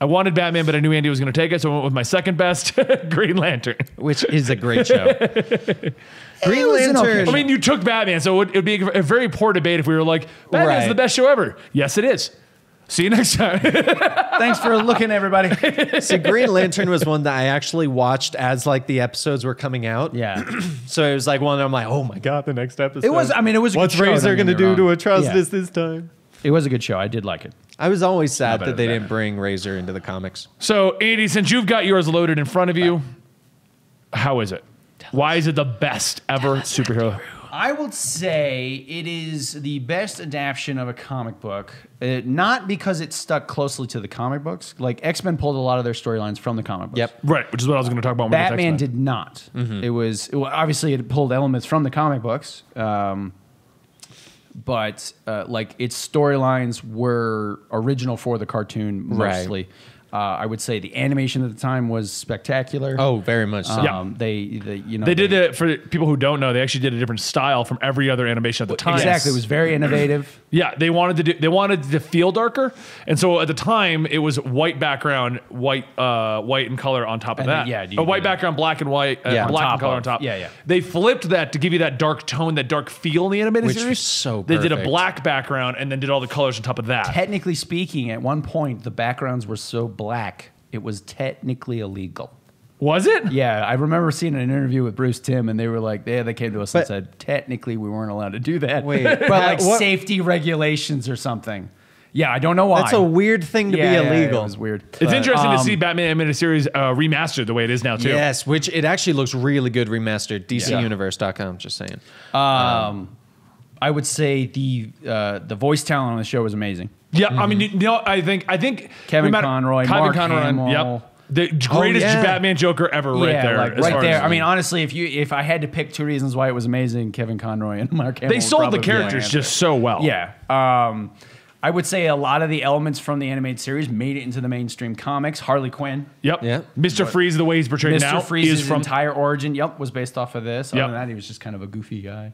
Speaker 3: I wanted Batman, but I knew Andy was going to take it, so I went with my second best Green Lantern.
Speaker 2: which is a great show. Green
Speaker 1: was an okay
Speaker 2: Lantern.
Speaker 1: show.
Speaker 3: I mean, you took Batman, so it would it'd be a very poor debate if we were like, Batman's
Speaker 2: Right.
Speaker 3: the best show ever. Yes, it is. See you next time.
Speaker 1: Thanks for looking, everybody.
Speaker 2: See, Green Lantern was one that I actually watched as like the episodes were coming out.
Speaker 1: yeah.
Speaker 2: So it was like one that I'm like, oh my god, the next episode.
Speaker 1: It was- I mean, it was a
Speaker 2: What's
Speaker 1: good show, don't
Speaker 2: Razor
Speaker 1: get
Speaker 2: going to
Speaker 1: me
Speaker 2: do to
Speaker 1: wrong.
Speaker 2: Atrocitus
Speaker 1: Yeah.
Speaker 2: this time?
Speaker 1: It was a good show. I did like it.
Speaker 2: I was always sad
Speaker 1: better than
Speaker 2: that they
Speaker 1: that.
Speaker 2: didn't bring Razor into the comics.
Speaker 3: so, Andy, since you've got yours loaded in front of you, how is it? Why is it the best ever superhero?
Speaker 1: I would say it is the best adaptation of a comic book, uh, not because it stuck closely to the comic books. Like X Men pulled a lot of their storylines from the comic books.
Speaker 2: Yep.
Speaker 3: Right, which is what I was going to talk about. when we get to
Speaker 1: Batman
Speaker 3: X-Men. Mm-hmm.
Speaker 1: did not. It was well, obviously it pulled elements from the comic books, um, but uh, like its storylines were original for the cartoon
Speaker 2: Right.
Speaker 1: mostly. Uh, I would say the animation at the time was spectacular.
Speaker 2: Oh, very much so.
Speaker 3: Yeah.
Speaker 1: Um, they, they, you know,
Speaker 3: They did it for people who don't know. They actually did a different style from every other animation at the time.
Speaker 1: exactly. It was very innovative.
Speaker 3: Yeah, they wanted to do, they wanted to feel darker, and so at the time it was white background, white uh, white and color on top of
Speaker 1: And
Speaker 3: that.
Speaker 1: then, yeah, you
Speaker 3: a white
Speaker 1: do that.
Speaker 3: background, black and white, uh,
Speaker 1: Yeah, on
Speaker 3: black and
Speaker 1: top
Speaker 3: color on
Speaker 1: of-
Speaker 3: top.
Speaker 1: yeah, yeah.
Speaker 3: They flipped that to give you that dark tone, that dark feel in the animated
Speaker 2: Which
Speaker 3: series.
Speaker 2: was so
Speaker 3: they did a
Speaker 2: perfect.
Speaker 3: black background and then did all the colors on top of that.
Speaker 1: Technically speaking, at one point the backgrounds were so black it was technically illegal.
Speaker 3: was it?
Speaker 1: Yeah, I remember seeing an interview with Bruce Tim, and they were like, "Yeah, they came to us and
Speaker 2: But-
Speaker 1: said technically we weren't allowed to do that,
Speaker 2: Wait,
Speaker 1: but
Speaker 2: how-
Speaker 1: like
Speaker 2: what-
Speaker 1: safety regulations or something." Yeah, I don't know why.
Speaker 2: That's a weird thing to
Speaker 1: Yeah, yeah,
Speaker 2: be
Speaker 1: yeah,
Speaker 2: illegal.
Speaker 1: it was weird.
Speaker 3: It's interesting
Speaker 1: Um,
Speaker 3: to see Batman animated series uh, remastered the way it is now too.
Speaker 2: Yes, which it actually looks really good remastered. DCUniverse.com, just saying.
Speaker 1: Um, I would say the uh, the voice talent on the show was amazing.
Speaker 3: Yeah, I mean, you know, I think I think
Speaker 1: Mm-hmm. Kevin
Speaker 3: no matter-
Speaker 1: Conroy, Mark Hamill. Oh,
Speaker 3: yep, the greatest
Speaker 2: yeah.
Speaker 3: Batman Joker ever, right
Speaker 1: yeah,
Speaker 3: there,
Speaker 1: like,
Speaker 3: as
Speaker 1: right
Speaker 3: far
Speaker 1: there.
Speaker 3: as-
Speaker 1: I mean, honestly, if you if I had to pick two reasons why it was amazing, Kevin Conroy and Mark Hamill.
Speaker 3: they
Speaker 1: would
Speaker 3: sold the
Speaker 1: probably be my
Speaker 3: characters
Speaker 1: answer.
Speaker 3: just so well.
Speaker 1: Yeah. Um, I would say a lot of the elements from the animated series made it into the mainstream comics. Harley Quinn.
Speaker 3: Yep.
Speaker 2: Yeah.
Speaker 3: Mr. Freeze, the way he's portrayed now,
Speaker 1: Mr. Freeze's
Speaker 3: is from.
Speaker 1: entire origin, yep, was based off of this. Other
Speaker 3: Yep.
Speaker 1: than that, he was just kind of a goofy guy.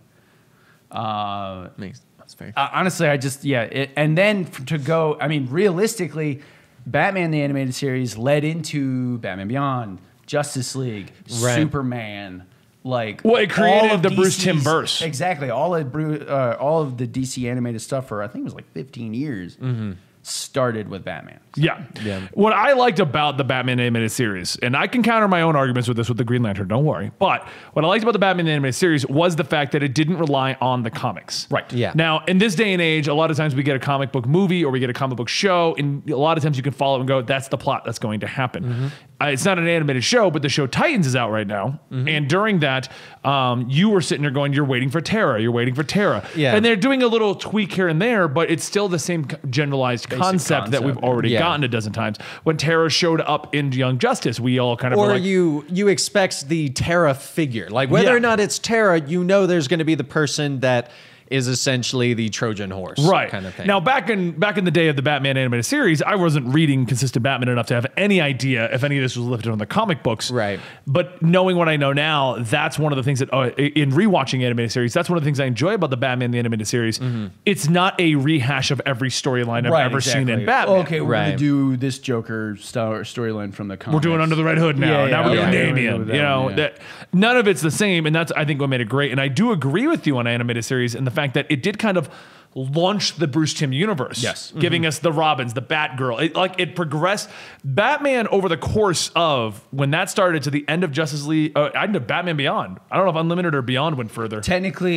Speaker 1: Uh,
Speaker 2: Makes, that's fair.
Speaker 1: uh, honestly, I just yeah, it, and then f- to go, I mean, realistically, Batman the animated series led into Batman Beyond, Justice League,
Speaker 2: Right.
Speaker 1: Superman, like
Speaker 3: Well, it created the Bruce
Speaker 1: DC's
Speaker 3: Timverse.
Speaker 1: exactly. All of Bru- uh, all of the DC animated stuff for I think it was like 15 years
Speaker 3: Mm-hmm.
Speaker 1: started with Batman.
Speaker 3: yeah.
Speaker 2: Yeah.
Speaker 3: What I liked about the Batman animated series, and I can counter my own arguments with this with the Green Lantern, don't worry. But what I liked about the Batman animated series was the fact that it didn't rely on the comics.
Speaker 1: Right.
Speaker 2: Yeah.
Speaker 3: Now, in this day and age, a lot of times we get a comic book movie or we get a comic book show, and a lot of times you can follow and go, that's the plot that's going to happen.
Speaker 2: Mm-hmm.
Speaker 3: Uh, it's not an animated show, but the show Titans is out right now.
Speaker 2: Mm-hmm.
Speaker 3: And during that, um, you were sitting there going, you're waiting for Terra, you're waiting for Terra.
Speaker 2: Yeah.
Speaker 3: And they're doing a little tweak here and there, but it's still the same c- generalized concept, that we've
Speaker 1: concept.
Speaker 3: already
Speaker 2: Yeah.
Speaker 3: gotten a dozen times. When Terra showed up in Young Justice, we all kind of
Speaker 2: or
Speaker 3: were like,
Speaker 2: you you expect the Terra figure, like whether
Speaker 3: Yeah.
Speaker 2: or not it's Terra, you know there's going to be the person that is essentially the Trojan horse,
Speaker 3: right
Speaker 2: Kind of thing.
Speaker 3: now back in back in the day of the batman animated series i wasn't reading consistent batman enough to have any idea if any of this was lifted on the comic books
Speaker 2: Right.
Speaker 3: but knowing what i know now that's one of the things that uh, in rewatching animated series that's one of the things i enjoy about the batman the animated series
Speaker 2: Mm-hmm.
Speaker 3: it's not a rehash of every storyline i've ever seen in batman
Speaker 1: Okay, we're
Speaker 2: Right.
Speaker 1: gonna do this Joker star- storyline from the comics.
Speaker 3: we're doing Under the Red Hood now.
Speaker 1: Yeah, yeah,
Speaker 3: now we're
Speaker 1: yeah.
Speaker 3: doing
Speaker 1: Yeah, we're
Speaker 3: Damien.
Speaker 1: doing that
Speaker 3: you know,
Speaker 1: one, yeah.
Speaker 3: that none of it's the same, and that's I think what made it great. And I do agree with you on animated series and the fact that it did kind of launch the Bruce Tim universe.
Speaker 1: Yes. Mm-hmm.
Speaker 3: giving us the Robins, the Batgirl. It, like it progressed. Batman over the course of when that started to the end of Justice League, uh, end of Batman Beyond. I don't know if Unlimited or Beyond went further.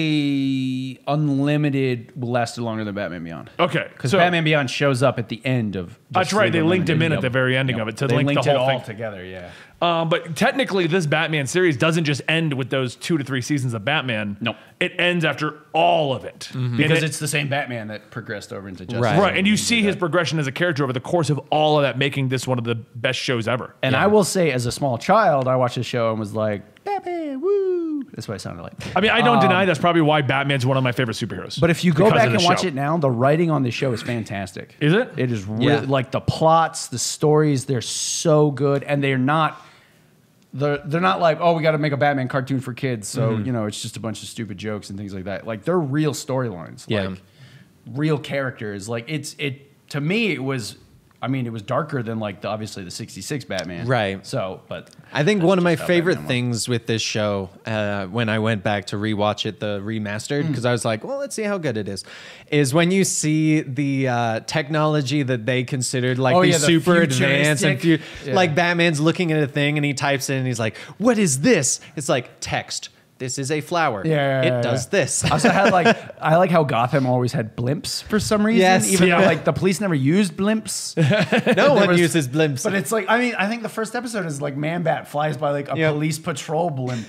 Speaker 1: Technically, Unlimited lasted longer than Batman Beyond.
Speaker 3: Okay,
Speaker 1: Because
Speaker 3: so-
Speaker 1: Batman Beyond shows up at the end of.
Speaker 3: That's
Speaker 1: Justice
Speaker 3: right,
Speaker 1: League
Speaker 3: they linked him
Speaker 1: Unlimited.
Speaker 3: in at the very ending of it to
Speaker 1: they
Speaker 3: link the
Speaker 1: linked
Speaker 3: whole
Speaker 1: it all
Speaker 3: thing.
Speaker 1: together. Yeah.
Speaker 3: Um, but technically, this Batman series doesn't just end with those two to three seasons of Batman.
Speaker 1: Nope.
Speaker 3: it ends after all of it
Speaker 1: Because
Speaker 3: And it-
Speaker 1: it's the same in Batman that progressed over into Justice.
Speaker 2: Right.
Speaker 1: League.
Speaker 3: Right, and you see his progression as a character over the course of all of that, making this one of the best shows ever.
Speaker 1: And I will say, as a small child, I watched the show and was like, Batman, woo! That's what it sounded like.
Speaker 3: I mean, I don't deny that's probably why Batman's one of my favorite superheroes.
Speaker 1: Um, But if you go
Speaker 3: because
Speaker 1: back
Speaker 3: of the
Speaker 1: and watch
Speaker 3: show.
Speaker 1: it now, the writing on this show is fantastic.
Speaker 3: Is it?
Speaker 1: It is really
Speaker 2: Yeah.
Speaker 1: like the plots, the stories. They're so good, and they're not. They're, they're not like oh we got to make a Batman cartoon for kids so
Speaker 3: Mm-hmm.
Speaker 1: you know it's just a bunch of stupid jokes and things like that like they're real storylines
Speaker 2: Yeah.
Speaker 1: like real characters like it's it to me it was I mean it was darker than like the, obviously the 66 Batman
Speaker 2: Right.
Speaker 1: so but
Speaker 2: I think one of my
Speaker 1: just how bad
Speaker 2: favorite
Speaker 1: that was.
Speaker 2: things with this show, uh, when I went back to rewatch it, the
Speaker 1: Mm.
Speaker 2: remastered, because I was like, well, let's see how good it is, is when you see the uh, technology that they considered like
Speaker 1: Oh,
Speaker 2: the
Speaker 1: yeah, the
Speaker 2: super advanced and few,
Speaker 1: futuristic- Yeah.
Speaker 2: like Batman's looking at a thing and he types in and he's like, what is this? It's like text. This is a flower.
Speaker 1: Yeah, yeah,
Speaker 2: it
Speaker 1: yeah,
Speaker 2: does
Speaker 1: yeah.
Speaker 2: this.
Speaker 1: I also had like I like how Gotham always had blimps for some reason.
Speaker 2: Yes.
Speaker 1: even
Speaker 2: Yeah.
Speaker 1: though like the police never used blimps.
Speaker 2: no one
Speaker 1: was-
Speaker 2: uses blimps.
Speaker 1: but it's like I mean I think the first episode is like Man Bat flies by like a
Speaker 2: Yeah.
Speaker 1: police patrol blimp.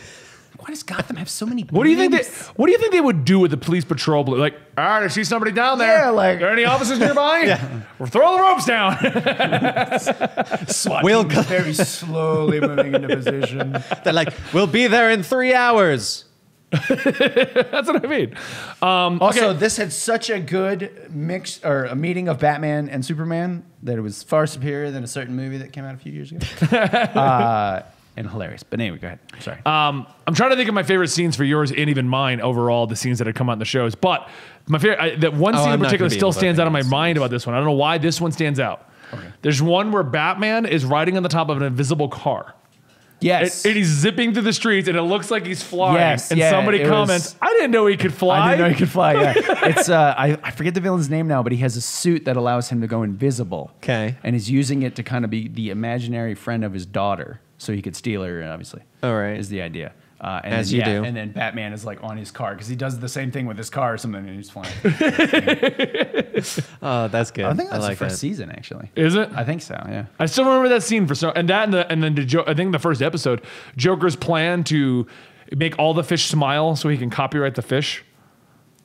Speaker 1: Why does Gotham have so many? Blimps?
Speaker 3: What do you think they? What do you think they would do with the police patrol? Blue? Like, all right, I see somebody down there.
Speaker 1: Yeah, like-
Speaker 3: are there any officers nearby? We're throwing the ropes down.
Speaker 1: SWAT
Speaker 2: Will
Speaker 1: team is very slowly moving into position?
Speaker 2: They're like, we'll be there in three hours.
Speaker 3: That's what I mean.
Speaker 1: Also, this had such a good mix or a meeting of Batman and Superman that it was far superior than a certain movie that came out a few years ago. uh, and hilarious. But anyway, go ahead. Sorry.
Speaker 3: Um, I'm trying to think of my favorite scenes for yours and even mine overall. The scenes that had come out in the shows, but my favorite I, that one
Speaker 2: Oh,
Speaker 3: scene
Speaker 2: I'm
Speaker 3: in
Speaker 2: not
Speaker 3: particular
Speaker 2: gonna be
Speaker 3: still
Speaker 2: able to
Speaker 3: stands out in my
Speaker 2: think of
Speaker 3: mind about this one. I don't know why this one stands out. There's one where Batman is riding on the top of an invisible car.
Speaker 1: yes.
Speaker 3: It, and he's zipping through the streets, and it looks like he's flying.
Speaker 1: Yes,
Speaker 3: and
Speaker 1: yeah,
Speaker 3: somebody
Speaker 1: it was-
Speaker 3: comments, "I didn't know he could fly."
Speaker 1: I didn't know he could fly. Yeah, it's uh, I, I forget the villain's name now, but he has a suit that allows him to go invisible.
Speaker 2: 'Kay.
Speaker 1: and he's using it to kind of be the imaginary friend of his daughter, so he could steal her. Obviously,
Speaker 2: All right.
Speaker 1: is the idea. Uh, and
Speaker 2: As
Speaker 1: then,
Speaker 2: you
Speaker 1: yeah,
Speaker 2: do.
Speaker 1: And then Batman is like on his car because he does the same thing with his car or something, and he's flying.
Speaker 2: Oh, that's good.
Speaker 1: I think that's
Speaker 2: like
Speaker 1: the first
Speaker 2: that.
Speaker 1: season actually.
Speaker 3: Is it?
Speaker 1: I think so. Yeah.
Speaker 3: I still remember that scene for so, and that, and, the, and then the jo- I think the first episode, Joker's plan to make all the fish smile so he can copyright the fish.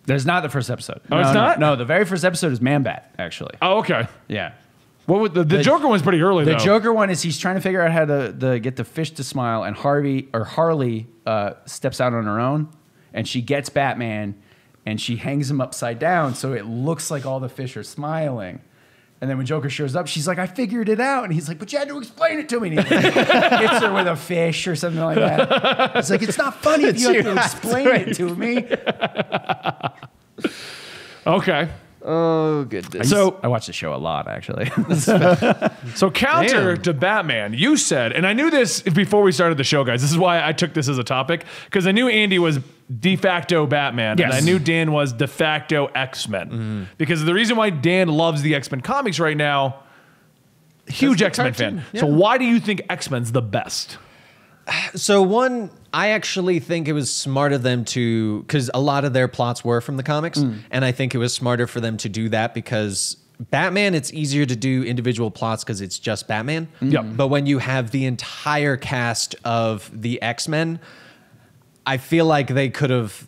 Speaker 1: There's not the first episode.
Speaker 3: Oh,
Speaker 1: no,
Speaker 3: it's
Speaker 1: no,
Speaker 3: not?
Speaker 1: No, the very first episode is Man Bat actually.
Speaker 3: Oh, okay.
Speaker 1: Yeah.
Speaker 3: What would the, the, Joker one's pretty early
Speaker 1: The
Speaker 3: though.
Speaker 1: Joker one is he's trying to figure out how to the, get the fish to smile, and Harvey or Harley uh, steps out on her own, and she gets Batman, and she hangs him upside down so it looks like all the fish are smiling. And then when Joker shows up, she's like, "I figured it out," and he's like, "But you had to explain it to me." And he like, hits her with a fish or something like that. It's like it's not funny if you have to explain it to me.
Speaker 3: Okay.
Speaker 2: Oh, goodness.
Speaker 3: So-
Speaker 1: I watch the show a lot, actually.
Speaker 3: So counter
Speaker 2: Damn.
Speaker 3: to Batman, you said, and I knew this before we started the show, guys. This is why I took this as a topic because I knew Andy was de facto Batman, and
Speaker 1: Yes.
Speaker 3: I knew Dan was de facto X Men.
Speaker 2: Mm-hmm.
Speaker 3: Because the reason why Dan loves the X Men comics right now, huge X
Speaker 2: That's the
Speaker 3: Men fan.
Speaker 2: cartoon,
Speaker 3: So
Speaker 2: yeah.
Speaker 3: why do you think X Men's the best?
Speaker 2: So one, I actually think it was smart of them to because a lot of their plots were from the comics,
Speaker 1: Mm.
Speaker 2: and I think it was smarter for them to do that because Batman, it's easier to do individual plots because it's just Batman.
Speaker 1: Mm.
Speaker 3: Yep.
Speaker 2: But when you have the entire cast of the X Men, I feel like they could have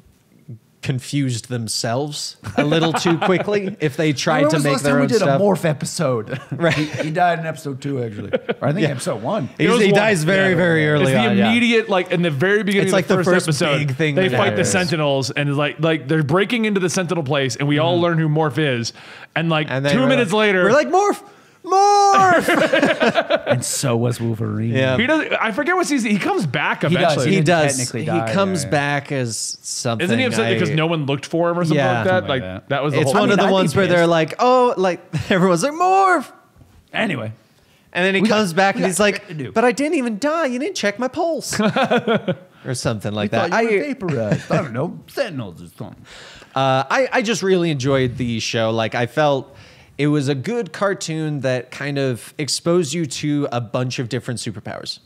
Speaker 2: confused themselves a little too quickly if they tried
Speaker 1: When
Speaker 2: to
Speaker 1: was the
Speaker 2: make
Speaker 1: last time
Speaker 2: their
Speaker 1: we
Speaker 2: own
Speaker 1: did
Speaker 2: stuff.
Speaker 1: a morph episode. Right, he, he died in episode two, actually, or I think episode one.
Speaker 2: He's-
Speaker 3: It was
Speaker 2: he
Speaker 3: one-
Speaker 2: dies very,
Speaker 3: yeah.
Speaker 2: very early
Speaker 3: It's the
Speaker 2: on, uh, yeah.
Speaker 3: immediate, like in the very beginning
Speaker 2: It's
Speaker 3: of
Speaker 2: like
Speaker 3: the
Speaker 2: the
Speaker 3: first,
Speaker 2: first
Speaker 3: episode.
Speaker 2: big thing
Speaker 3: they
Speaker 2: that
Speaker 3: fight the
Speaker 2: happens.
Speaker 3: Sentinels, and it's like like they're breaking into the Sentinel place, and we all learn who Morph is. And like
Speaker 2: Mm-hmm. And they
Speaker 3: two
Speaker 2: were
Speaker 3: minutes
Speaker 2: like-
Speaker 3: later,
Speaker 2: we're like morph, morph.
Speaker 1: and so was Wolverine.
Speaker 2: yeah.
Speaker 3: he does. I forget what season he comes back
Speaker 1: does,
Speaker 3: eventually.
Speaker 2: he
Speaker 1: didn't
Speaker 2: does.
Speaker 1: technically
Speaker 2: He
Speaker 1: die,
Speaker 2: comes
Speaker 1: yeah, yeah.
Speaker 2: back as something.
Speaker 3: Isn't he upset because
Speaker 2: I-
Speaker 3: no one looked for him or something
Speaker 2: Yeah.
Speaker 3: like that?
Speaker 1: Something
Speaker 3: Like
Speaker 1: like
Speaker 3: that.
Speaker 1: that.
Speaker 3: was the
Speaker 2: It's
Speaker 3: whole.
Speaker 2: one
Speaker 1: I
Speaker 2: of
Speaker 1: mean, I'd
Speaker 2: the ones
Speaker 1: be
Speaker 2: where they're
Speaker 1: pissed.
Speaker 2: like, oh, like everyone's like morph,
Speaker 1: Anyway,
Speaker 2: and then he comes back and
Speaker 1: got
Speaker 2: he's
Speaker 1: shit to do.
Speaker 2: like, but I didn't even die. You didn't check my pulse or something like that.
Speaker 1: thought you were
Speaker 2: I,
Speaker 1: vaporized. I don't know. Sentinels or something.
Speaker 2: uh, I I just really enjoyed the show. Like I felt. It was a good cartoon that kind of exposed you to a bunch of different superpowers.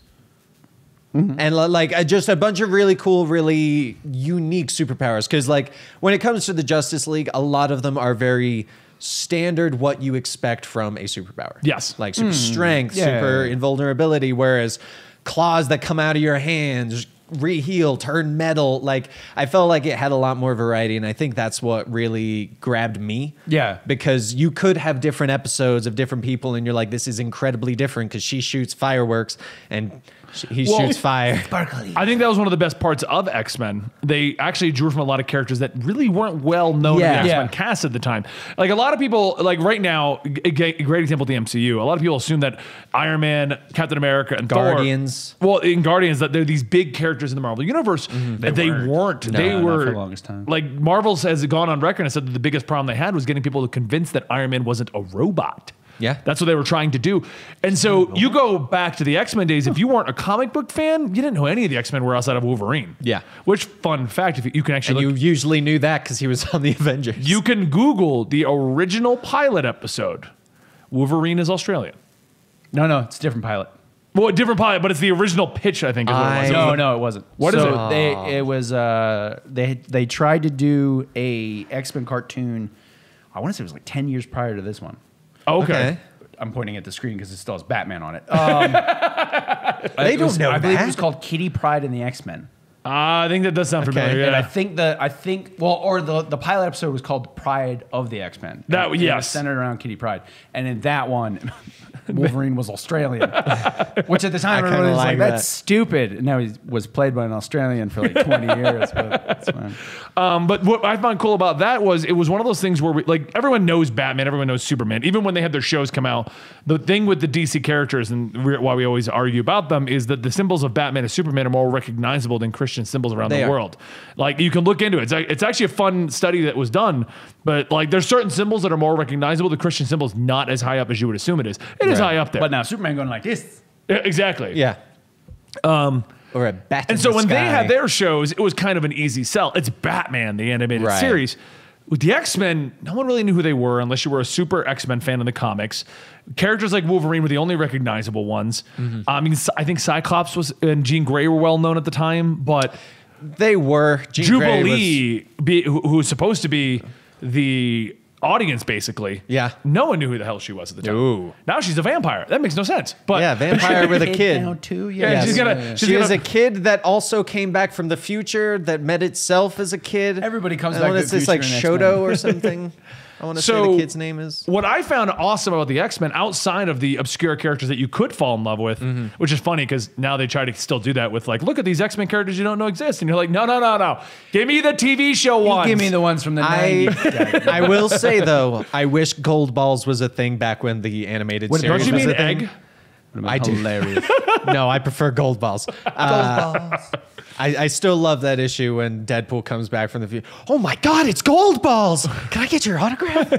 Speaker 2: and li- like uh, just a bunch of really cool, really unique superpowers. Because like when it comes to the Justice League, a lot of them are very standard what you expect from a superpower.
Speaker 3: Yes.
Speaker 2: like
Speaker 3: Hmm.
Speaker 2: super strength,
Speaker 1: Yeah,
Speaker 2: super
Speaker 1: yeah, yeah.
Speaker 2: invulnerability. Whereas claws that come out of your hands, reheal, turn metal. Like I felt like it had a lot more variety, and I think that's what really grabbed me.
Speaker 3: Yeah.
Speaker 2: because you could have different episodes of different people, and you're like, this is incredibly different because she shoots fireworks and sh- he
Speaker 3: Well-
Speaker 2: shoots fire.
Speaker 3: I think that was one of the best parts of X Men. They actually drew from a lot of characters that really weren't well known
Speaker 2: Yeah.
Speaker 3: in the X Men
Speaker 1: Yeah.
Speaker 3: cast at the time. Like a lot of people, like right now, a g- a great example of the MCU. A lot of people assume that Iron Man, Captain America, and Thor-
Speaker 2: Guardians.
Speaker 3: well, in Guardians, that they're these big characters in the Marvel universe. They, they weren't.
Speaker 1: weren't.
Speaker 3: they
Speaker 1: not for
Speaker 3: were
Speaker 1: the longest time.
Speaker 3: Like Marvel has gone on record and said that the biggest problem they had was getting people to convince that Iron Man wasn't a robot.
Speaker 2: Yeah.
Speaker 3: That's what they were trying to do. And so you go back to the X Men days. If you weren't a comic book fan, you didn't know any of the X Men were outside of Wolverine.
Speaker 2: Yeah.
Speaker 3: Which, fun fact, if you, you can
Speaker 2: And
Speaker 3: actually
Speaker 2: you
Speaker 3: look,
Speaker 2: usually knew that because he was on the Avengers.
Speaker 3: you, can Google the original pilot episode. Wolverine is Australian.
Speaker 1: No, no, it's a different pilot.
Speaker 3: Well, a different pilot, but it's the original pitch, I think, is what it was.
Speaker 2: I-
Speaker 1: No, no, it wasn't.
Speaker 3: What is
Speaker 1: so
Speaker 3: it?
Speaker 1: They, it was uh, they they tried to do a X Men cartoon. I want to say it was like ten years prior to this one.
Speaker 3: Okay.
Speaker 2: okay.
Speaker 1: I'm pointing at the screen because it still has Batman on it. Um,
Speaker 2: They
Speaker 1: it
Speaker 2: don't
Speaker 1: was-
Speaker 2: know
Speaker 1: I believe
Speaker 2: that.
Speaker 1: it was called Kitty Pride and the X Men.
Speaker 3: Ah, I think that does sound familiar. Yeah.
Speaker 1: And I think the I think well, or the the pilot episode was called Pride of the X Men.
Speaker 3: That-
Speaker 1: was
Speaker 3: yes.
Speaker 1: centered around Kitty Pride, and in that one, Wolverine was Australian, which at the time
Speaker 2: I
Speaker 1: everyone
Speaker 2: kinda
Speaker 1: was
Speaker 2: like
Speaker 1: like,
Speaker 2: that.
Speaker 1: "That's stupid." And now he was played by an Australian for like twenty years, but that's fine.
Speaker 3: Um, but what I found cool about that was it was one of those things where we, like everyone knows Batman, everyone knows Superman. Even when they have their shows come out, the thing with the DC characters and re- why we always argue about them is that the symbols of Batman and Superman are more recognizable than Christian symbols around
Speaker 2: They
Speaker 3: the
Speaker 2: are.
Speaker 3: world. Like you can look into it. It's, like- it's actually a fun study that was done. But like there's certain symbols that are more recognizable. The Christian symbol is not as high up as you would assume it is. It is high up there.
Speaker 1: But now Superman going like this.
Speaker 3: Yeah, exactly.
Speaker 2: Yeah. Um, or a bat. in
Speaker 3: Um, And so
Speaker 2: the
Speaker 3: when they
Speaker 2: sky.
Speaker 3: had their shows, it was kind of an easy sell. It's Batman, the animated
Speaker 2: Right.
Speaker 3: series. With the X Men, no one really knew who they were unless you were a super X Men fan in the comics. Characters like Wolverine were the only recognizable ones.
Speaker 2: Mm-hmm.
Speaker 3: I mean, I think Cyclops was and Jean Grey were well known at the time, but
Speaker 2: they were Jean Grey was-
Speaker 3: Jubilee, be, who, who was supposed to be the audience basically,
Speaker 2: Yeah.
Speaker 3: no one knew who the hell she was at the time.
Speaker 2: Ooh.
Speaker 3: Now she's a vampire. That makes no sense. But
Speaker 2: yeah, vampire with a kid.
Speaker 1: now too.
Speaker 3: Yeah,
Speaker 1: Yeah,
Speaker 3: she's
Speaker 1: yeah,
Speaker 3: got
Speaker 1: yeah, yeah.
Speaker 3: a she's
Speaker 2: she
Speaker 3: got
Speaker 2: is
Speaker 3: a
Speaker 2: a kid that also came back from the future that met itself as a kid.
Speaker 1: Everybody comes
Speaker 2: I
Speaker 1: back
Speaker 2: wanna
Speaker 1: to the
Speaker 2: say it's like
Speaker 1: future in
Speaker 2: Shoto or something. I want to say the kid's name is.
Speaker 3: What I found awesome about the X Men, outside of the obscure characters that you could fall in love with,
Speaker 1: Mm-hmm.
Speaker 3: which is funny because now they try to still do that with like, look at these X Men characters you don't know exist, and you're like, no, no, no, no, give me the TV show
Speaker 1: You
Speaker 3: ones.
Speaker 1: Give me the ones from the
Speaker 2: I
Speaker 1: 90s.
Speaker 2: I will say though, I wish Gold Balls was a thing back when the animated
Speaker 1: What-
Speaker 2: series
Speaker 3: Don't you
Speaker 2: was
Speaker 3: mean
Speaker 2: a thing.
Speaker 3: egg?
Speaker 2: I do.
Speaker 1: Hilarious.
Speaker 2: No, I prefer Gold Balls. Uh, I, I still love that issue when Deadpool comes back from the future. Oh my God, it's Gold Balls! Can I get your autograph?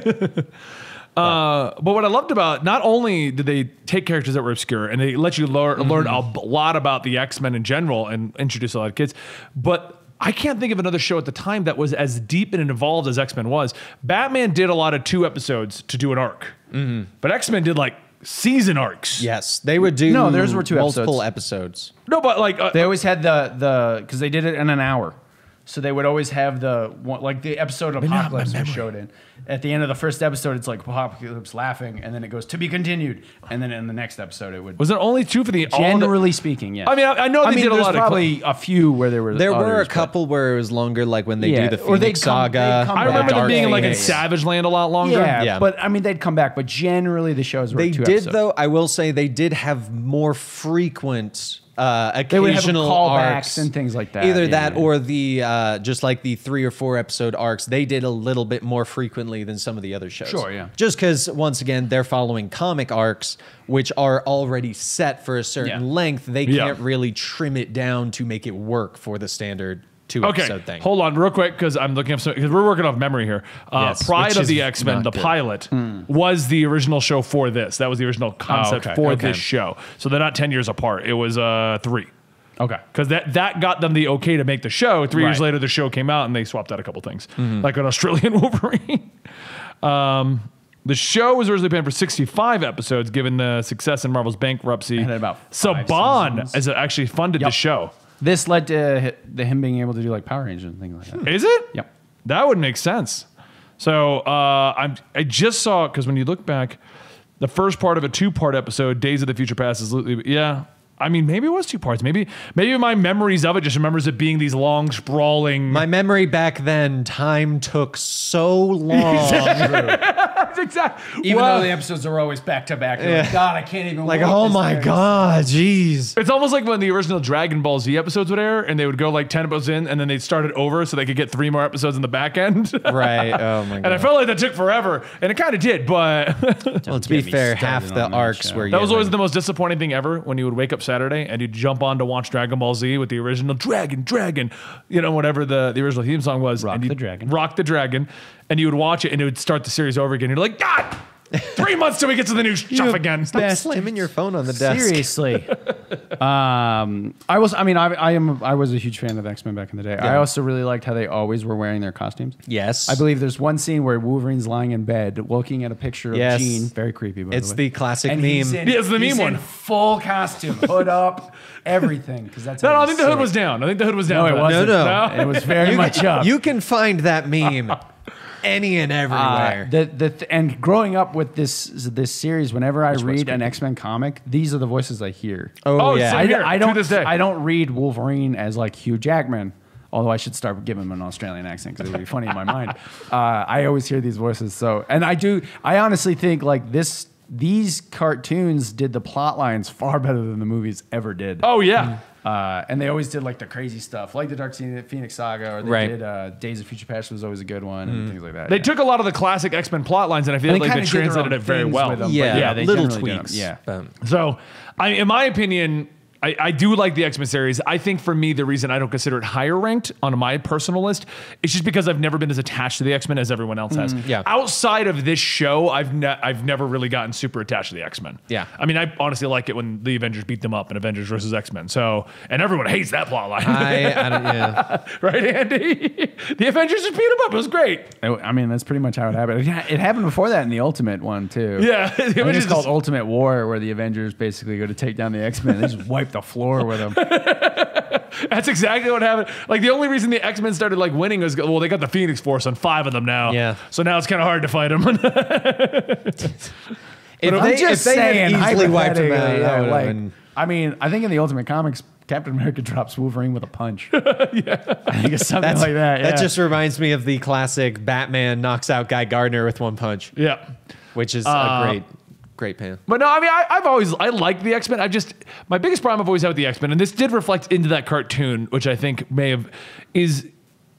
Speaker 3: Uh, but what I loved about not only did they take characters that were obscure and they let you learn, learn a b- lot about the X Men in general and introduce a lot of kids, but I can't think of another show at the time that was as deep and involved as X Men was. Batman did a lot of two episodes to do an arc, but X Men did like season arcs.
Speaker 2: yes, they would do.
Speaker 1: No, theirs were two
Speaker 2: multiple episodes.
Speaker 3: No, but like uh,
Speaker 1: They always had the the because they did it in an hour, so they would always have the one like the episode of
Speaker 3: not
Speaker 1: Apocalypse
Speaker 3: my
Speaker 1: was
Speaker 3: memory.
Speaker 1: showed in. At the end of the first episode, it's like Apocalypse laughing, and then it goes to be continued, and then in the next episode, it would.
Speaker 3: was there only two for the all the-
Speaker 1: generally speaking, yeah.
Speaker 3: I mean, I, I know they
Speaker 1: I mean,
Speaker 3: did a
Speaker 1: there's
Speaker 3: lot of.
Speaker 1: probably a few where Oh, there were.
Speaker 2: There were a
Speaker 1: others, but-
Speaker 2: couple where it was longer, like when they
Speaker 1: Yeah,
Speaker 2: do the
Speaker 1: or they'd
Speaker 2: Phoenix
Speaker 1: come- they'd
Speaker 2: Saga.
Speaker 1: come
Speaker 2: or
Speaker 3: I
Speaker 1: back.
Speaker 2: the
Speaker 3: remember them
Speaker 2: Dark
Speaker 3: being like in
Speaker 2: Phoenix.
Speaker 3: Savage Land a lot longer.
Speaker 1: Yeah,
Speaker 2: Yeah.
Speaker 1: but I mean, they'd come back. But generally, the shows were.
Speaker 2: They
Speaker 1: two
Speaker 2: did
Speaker 1: episodes.
Speaker 2: though. I will say they did have more frequent. Uh,
Speaker 1: They would have
Speaker 2: occasional
Speaker 1: callbacks
Speaker 2: arcs
Speaker 1: and things like that.
Speaker 2: Either
Speaker 1: yeah,
Speaker 2: that
Speaker 1: yeah.
Speaker 2: or the uh, just like the three or four episode arcs, they did a little bit more frequently than some of the other shows.
Speaker 1: Sure, yeah.
Speaker 2: Just because once again they're following comic arcs, which are already set for a certain
Speaker 1: Yeah.
Speaker 2: length. They
Speaker 3: Yeah.
Speaker 2: can't really trim it down to make it work for the standard two
Speaker 3: Okay,
Speaker 2: episode thing.
Speaker 3: hold on real quick because I'm looking up because we're working off memory here. Uh,
Speaker 2: Yes,
Speaker 3: Pride
Speaker 2: which
Speaker 3: of
Speaker 2: is
Speaker 3: the X Men,
Speaker 2: not
Speaker 3: the
Speaker 2: good. Hmm.
Speaker 3: pilot, was the original show for this. That was the original concept
Speaker 2: okay,
Speaker 3: for
Speaker 2: okay.
Speaker 3: this show. So they're not ten years apart. It was uh, three
Speaker 1: Okay.
Speaker 3: because that that got them the okay to make the show. Three years
Speaker 1: Right.
Speaker 3: later, the show came out and they swapped out a couple things,
Speaker 2: Mm-hmm.
Speaker 3: like an Australian Wolverine. um, the show was originally planned for 65 episodes, given the success in Marvel's bankruptcy.
Speaker 1: had about five
Speaker 3: Saban
Speaker 1: seasons.
Speaker 3: is actually funded the
Speaker 1: Yep.
Speaker 3: show.
Speaker 1: This led to hi- the him being able to do like Power Rangers and things like that.
Speaker 3: Is it?
Speaker 1: Yep.
Speaker 3: That would make sense. So uh, I'm I just saw because when you look back, the first part of a two part episode, Days of the Future Past, is literally yeah. I mean, maybe it was two parts. Maybe maybe my memories of it just remembers it being these long, sprawling.
Speaker 2: My memory back then, time took so long.
Speaker 3: exactly.
Speaker 4: Even
Speaker 3: Wow.
Speaker 4: though the episodes are always back to back, you're like, God, I can't even.
Speaker 2: like,
Speaker 4: wait
Speaker 2: oh
Speaker 4: this
Speaker 2: my
Speaker 4: thing."
Speaker 2: god, jeez.
Speaker 3: It's almost like when the original Dragon Ball Z episodes would air, and they would go like ten episodes in, and then they'd start it over so they could get three more episodes in the back end.
Speaker 2: Right. Oh my god.
Speaker 3: And I felt like that took forever, and it kind of did. But that
Speaker 2: well, to be
Speaker 1: get me
Speaker 2: fair,
Speaker 1: started
Speaker 2: half the
Speaker 1: on that
Speaker 2: arcs
Speaker 1: show.
Speaker 2: were.
Speaker 3: was
Speaker 2: yelling.
Speaker 3: always the most disappointing thing ever when you would wake up Saturday and you'd jump on to watch Dragon Ball Z with the original Dragon, Dragon, you know, whatever the, the original theme song was.
Speaker 1: Rock
Speaker 3: and
Speaker 1: the
Speaker 3: you'd
Speaker 1: Dragon.
Speaker 3: Rock the Dragon. And you would watch it, and it would start the series over again. You're like, God, three months till we get to the new stuff again.
Speaker 2: Stop
Speaker 1: best.
Speaker 2: slamming your phone on the desk.
Speaker 1: Seriously. um, I was. I mean, I, I am. I was a huge fan of X Men back in the day. I also really liked how they always were wearing their costumes.
Speaker 2: Yes.
Speaker 1: I believe there's one scene where Wolverine's lying in bed, looking at a picture of
Speaker 2: Yes.
Speaker 1: Jean. Very creepy. By
Speaker 2: It's
Speaker 1: the way.
Speaker 2: the classic
Speaker 4: And
Speaker 2: meme.
Speaker 4: he's in,
Speaker 3: Yeah, it's the
Speaker 4: he's
Speaker 3: meme
Speaker 4: in
Speaker 3: one.
Speaker 4: Full costume, hood up, everything. Because that's.
Speaker 3: No,
Speaker 4: how
Speaker 3: no, I
Speaker 4: he's
Speaker 3: think the hood
Speaker 4: sick.
Speaker 3: was down. I think the hood was down.
Speaker 1: No, it
Speaker 3: for that.
Speaker 1: wasn't.
Speaker 2: No,
Speaker 1: It was very much up.
Speaker 2: You can find that meme any and everywhere.
Speaker 1: Uh, the the th- and growing up with this this series, whenever I read an X Men comic, these are the voices I hear.
Speaker 3: Oh,
Speaker 2: yeah.
Speaker 3: same
Speaker 1: I,
Speaker 3: here,
Speaker 1: I
Speaker 3: to
Speaker 1: don't
Speaker 3: this day.
Speaker 1: I don't read Wolverine as like Hugh Jackman. Although I should start giving him an Australian accent because it would be funny in my mind. Uh, I always hear these voices. So, and I do. I honestly think like this. These cartoons did the plot lines far better than the movies ever did.
Speaker 3: Oh yeah.
Speaker 1: Uh, and they always did like the crazy stuff, like the Dark Phoenix saga, or they
Speaker 2: Right. Mm.
Speaker 1: did uh, Days of Future Past was always a good one, and things like that.
Speaker 3: They
Speaker 1: yeah.
Speaker 3: took a lot of the classic X Men plot lines, and I feel
Speaker 1: And they
Speaker 3: like they
Speaker 1: kinda did their
Speaker 3: translated
Speaker 1: own
Speaker 3: it very
Speaker 1: things
Speaker 3: well.
Speaker 1: with them,
Speaker 2: yeah,
Speaker 1: but yeah, they
Speaker 2: little
Speaker 1: generally do 'em,
Speaker 2: tweaks.
Speaker 1: yeah.
Speaker 2: Um,
Speaker 3: So, I, in my opinion, I, I do like the X Men series. I think for me, the reason I don't consider it higher ranked on my personal list is just because I've never been as attached to the X Men as everyone else has.
Speaker 2: Mm, yeah.
Speaker 3: Outside of this show, I've ne- I've never really gotten super attached to the X Men.
Speaker 2: Yeah.
Speaker 3: I mean, I honestly like it when the Avengers beat them up in Avengers versus X Men. So, and everyone hates that plot line,
Speaker 2: I, I don't, yeah.
Speaker 3: right, Andy? the Avengers just beat them up. It was great.
Speaker 1: I I mean, that's pretty much how it happened. It ha- it happened before that in the Ultimate one too.
Speaker 3: Yeah,
Speaker 1: I think it's
Speaker 3: Avengers just-
Speaker 1: called Ultimate War, where the Avengers basically go to take down the X Men. They just wipe the floor with them.
Speaker 3: That's exactly what happened. Like the only reason the X Men started like winning was well, they got the Phoenix Force on five of them now.
Speaker 2: Yeah.
Speaker 3: So now it's kind of hard to fight them.
Speaker 2: If
Speaker 1: I'm just saying, hypothetically,
Speaker 2: that
Speaker 1: yeah,
Speaker 2: would've
Speaker 1: like,
Speaker 2: been-
Speaker 1: I mean, I think in the Ultimate Comics, Captain America drops Wolverine with a punch. yeah, I think it's something
Speaker 2: that's-
Speaker 1: like that. yeah.
Speaker 2: That just reminds me of the classic Batman knocks out Guy Gardner with one punch,
Speaker 3: yeah.
Speaker 2: which is
Speaker 3: Uh,
Speaker 2: a great, great pan.
Speaker 3: But no, I mean, I, I've always I like the X Men. I just my biggest problem I've always had with the X Men, and this did reflect into that cartoon, which I think may have is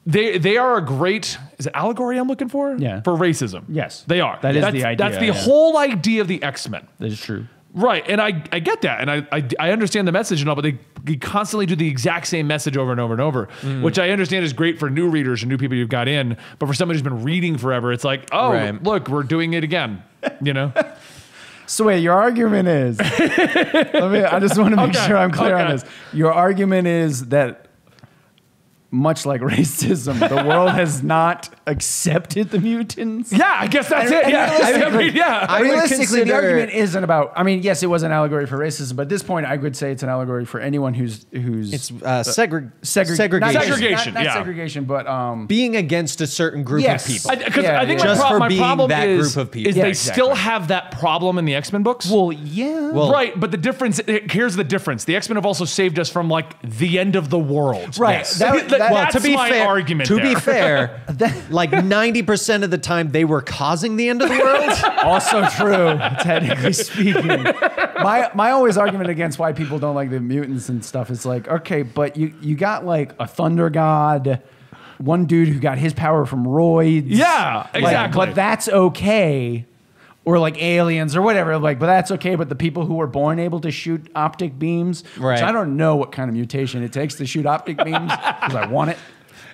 Speaker 3: they they are a great is it allegory I'm looking for
Speaker 1: Yeah.
Speaker 3: for racism.
Speaker 1: Yes.
Speaker 3: they are.
Speaker 1: That is
Speaker 3: That's-
Speaker 1: the idea,
Speaker 3: That's the
Speaker 1: yeah.
Speaker 3: whole idea of the X Men.
Speaker 1: that is true.
Speaker 3: Right, and I, I get that, and I, I I understand the message and all, but they, they constantly do the exact same message over and over and over,
Speaker 2: Mm.
Speaker 3: which I understand is great for new readers and new people you've got in, but for someone who's been reading forever, it's like, oh,
Speaker 2: Right.
Speaker 3: look, we're doing it again, you know?
Speaker 1: So wait, your argument is? let me, I just want to make
Speaker 3: Okay,
Speaker 1: sure I'm clear
Speaker 3: okay.
Speaker 1: on this. Your argument is that. Much like racism, the world has not accepted the mutants.
Speaker 3: yeah, I guess that's
Speaker 1: And- and
Speaker 3: it. yeah,
Speaker 1: realistically-
Speaker 3: I mean, yeah.
Speaker 2: I would
Speaker 1: realistically,
Speaker 2: consider-
Speaker 1: the argument isn't about. I mean, yes, it was an allegory for racism, but at this point, I would say it's an allegory for anyone who's who's
Speaker 2: It's uh, segre-
Speaker 1: segreg-
Speaker 2: segregation.
Speaker 1: not,
Speaker 3: Segregation,
Speaker 1: not, not
Speaker 3: yeah.
Speaker 1: segregation, but um,
Speaker 2: Being against a certain group
Speaker 1: Yes.
Speaker 2: of people.
Speaker 3: I, 'cause
Speaker 1: Yeah,
Speaker 3: I think
Speaker 1: yeah.
Speaker 3: my,
Speaker 2: Just
Speaker 3: pro-
Speaker 2: for
Speaker 3: my
Speaker 2: being
Speaker 3: problem
Speaker 2: that
Speaker 3: is,
Speaker 2: group of people.
Speaker 3: is
Speaker 1: Yeah,
Speaker 3: they
Speaker 1: exactly.
Speaker 3: still have that problem in the X Men books.
Speaker 1: well, yeah,
Speaker 2: Well,
Speaker 3: right, but the difference eh, here's the difference: the X Men have also saved us from like the end of the world.
Speaker 1: Right, that- that-
Speaker 2: well,
Speaker 3: that's
Speaker 2: to be
Speaker 3: my
Speaker 2: fair,
Speaker 3: argument.
Speaker 2: to
Speaker 3: there.
Speaker 2: be fair, like ninety percent of the time they were causing the end of the world.
Speaker 1: also true, technically speaking. My my always argument against why people don't like the mutants and stuff is like, okay, but you you got like a thunder god, one dude who got his power from roids.
Speaker 3: Yeah,
Speaker 1: Like,
Speaker 3: exactly.
Speaker 1: but that's okay. Or like aliens or whatever, like, but that's okay. But the people who were born able to shoot optic beams,
Speaker 2: Right.
Speaker 1: which I don't know what kind of mutation it takes to shoot optic beams because I want it.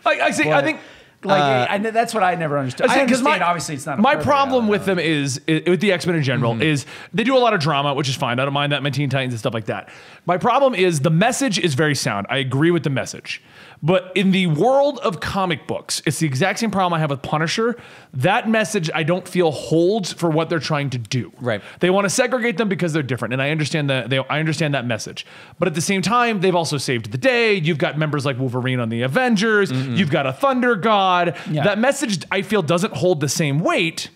Speaker 3: Like, I, see, I
Speaker 1: But,
Speaker 3: think
Speaker 1: like, I, I- that's what I never understood. I
Speaker 3: Because
Speaker 1: understand, obviously, it's not a
Speaker 3: my
Speaker 1: perfect Mm-hmm.
Speaker 3: problem
Speaker 1: analogy.
Speaker 3: with them is i- with the X Men in general is they do a lot of drama, which is fine. I don't mind that in Teen Titans and stuff like that. My problem is the message is very sound. I agree with the message, but in the world of comic books, it's the exact same problem I have with Punisher. That message I don't feel holds for what they're trying to do.
Speaker 2: Right.
Speaker 3: They want to segregate them because they're different, and I understand that. They, I understand that message, but at the same time, they've also saved the day. You've got members like Wolverine on the Avengers. You've got a Thunder God.
Speaker 1: Yeah.
Speaker 3: That message I feel doesn't hold the same weight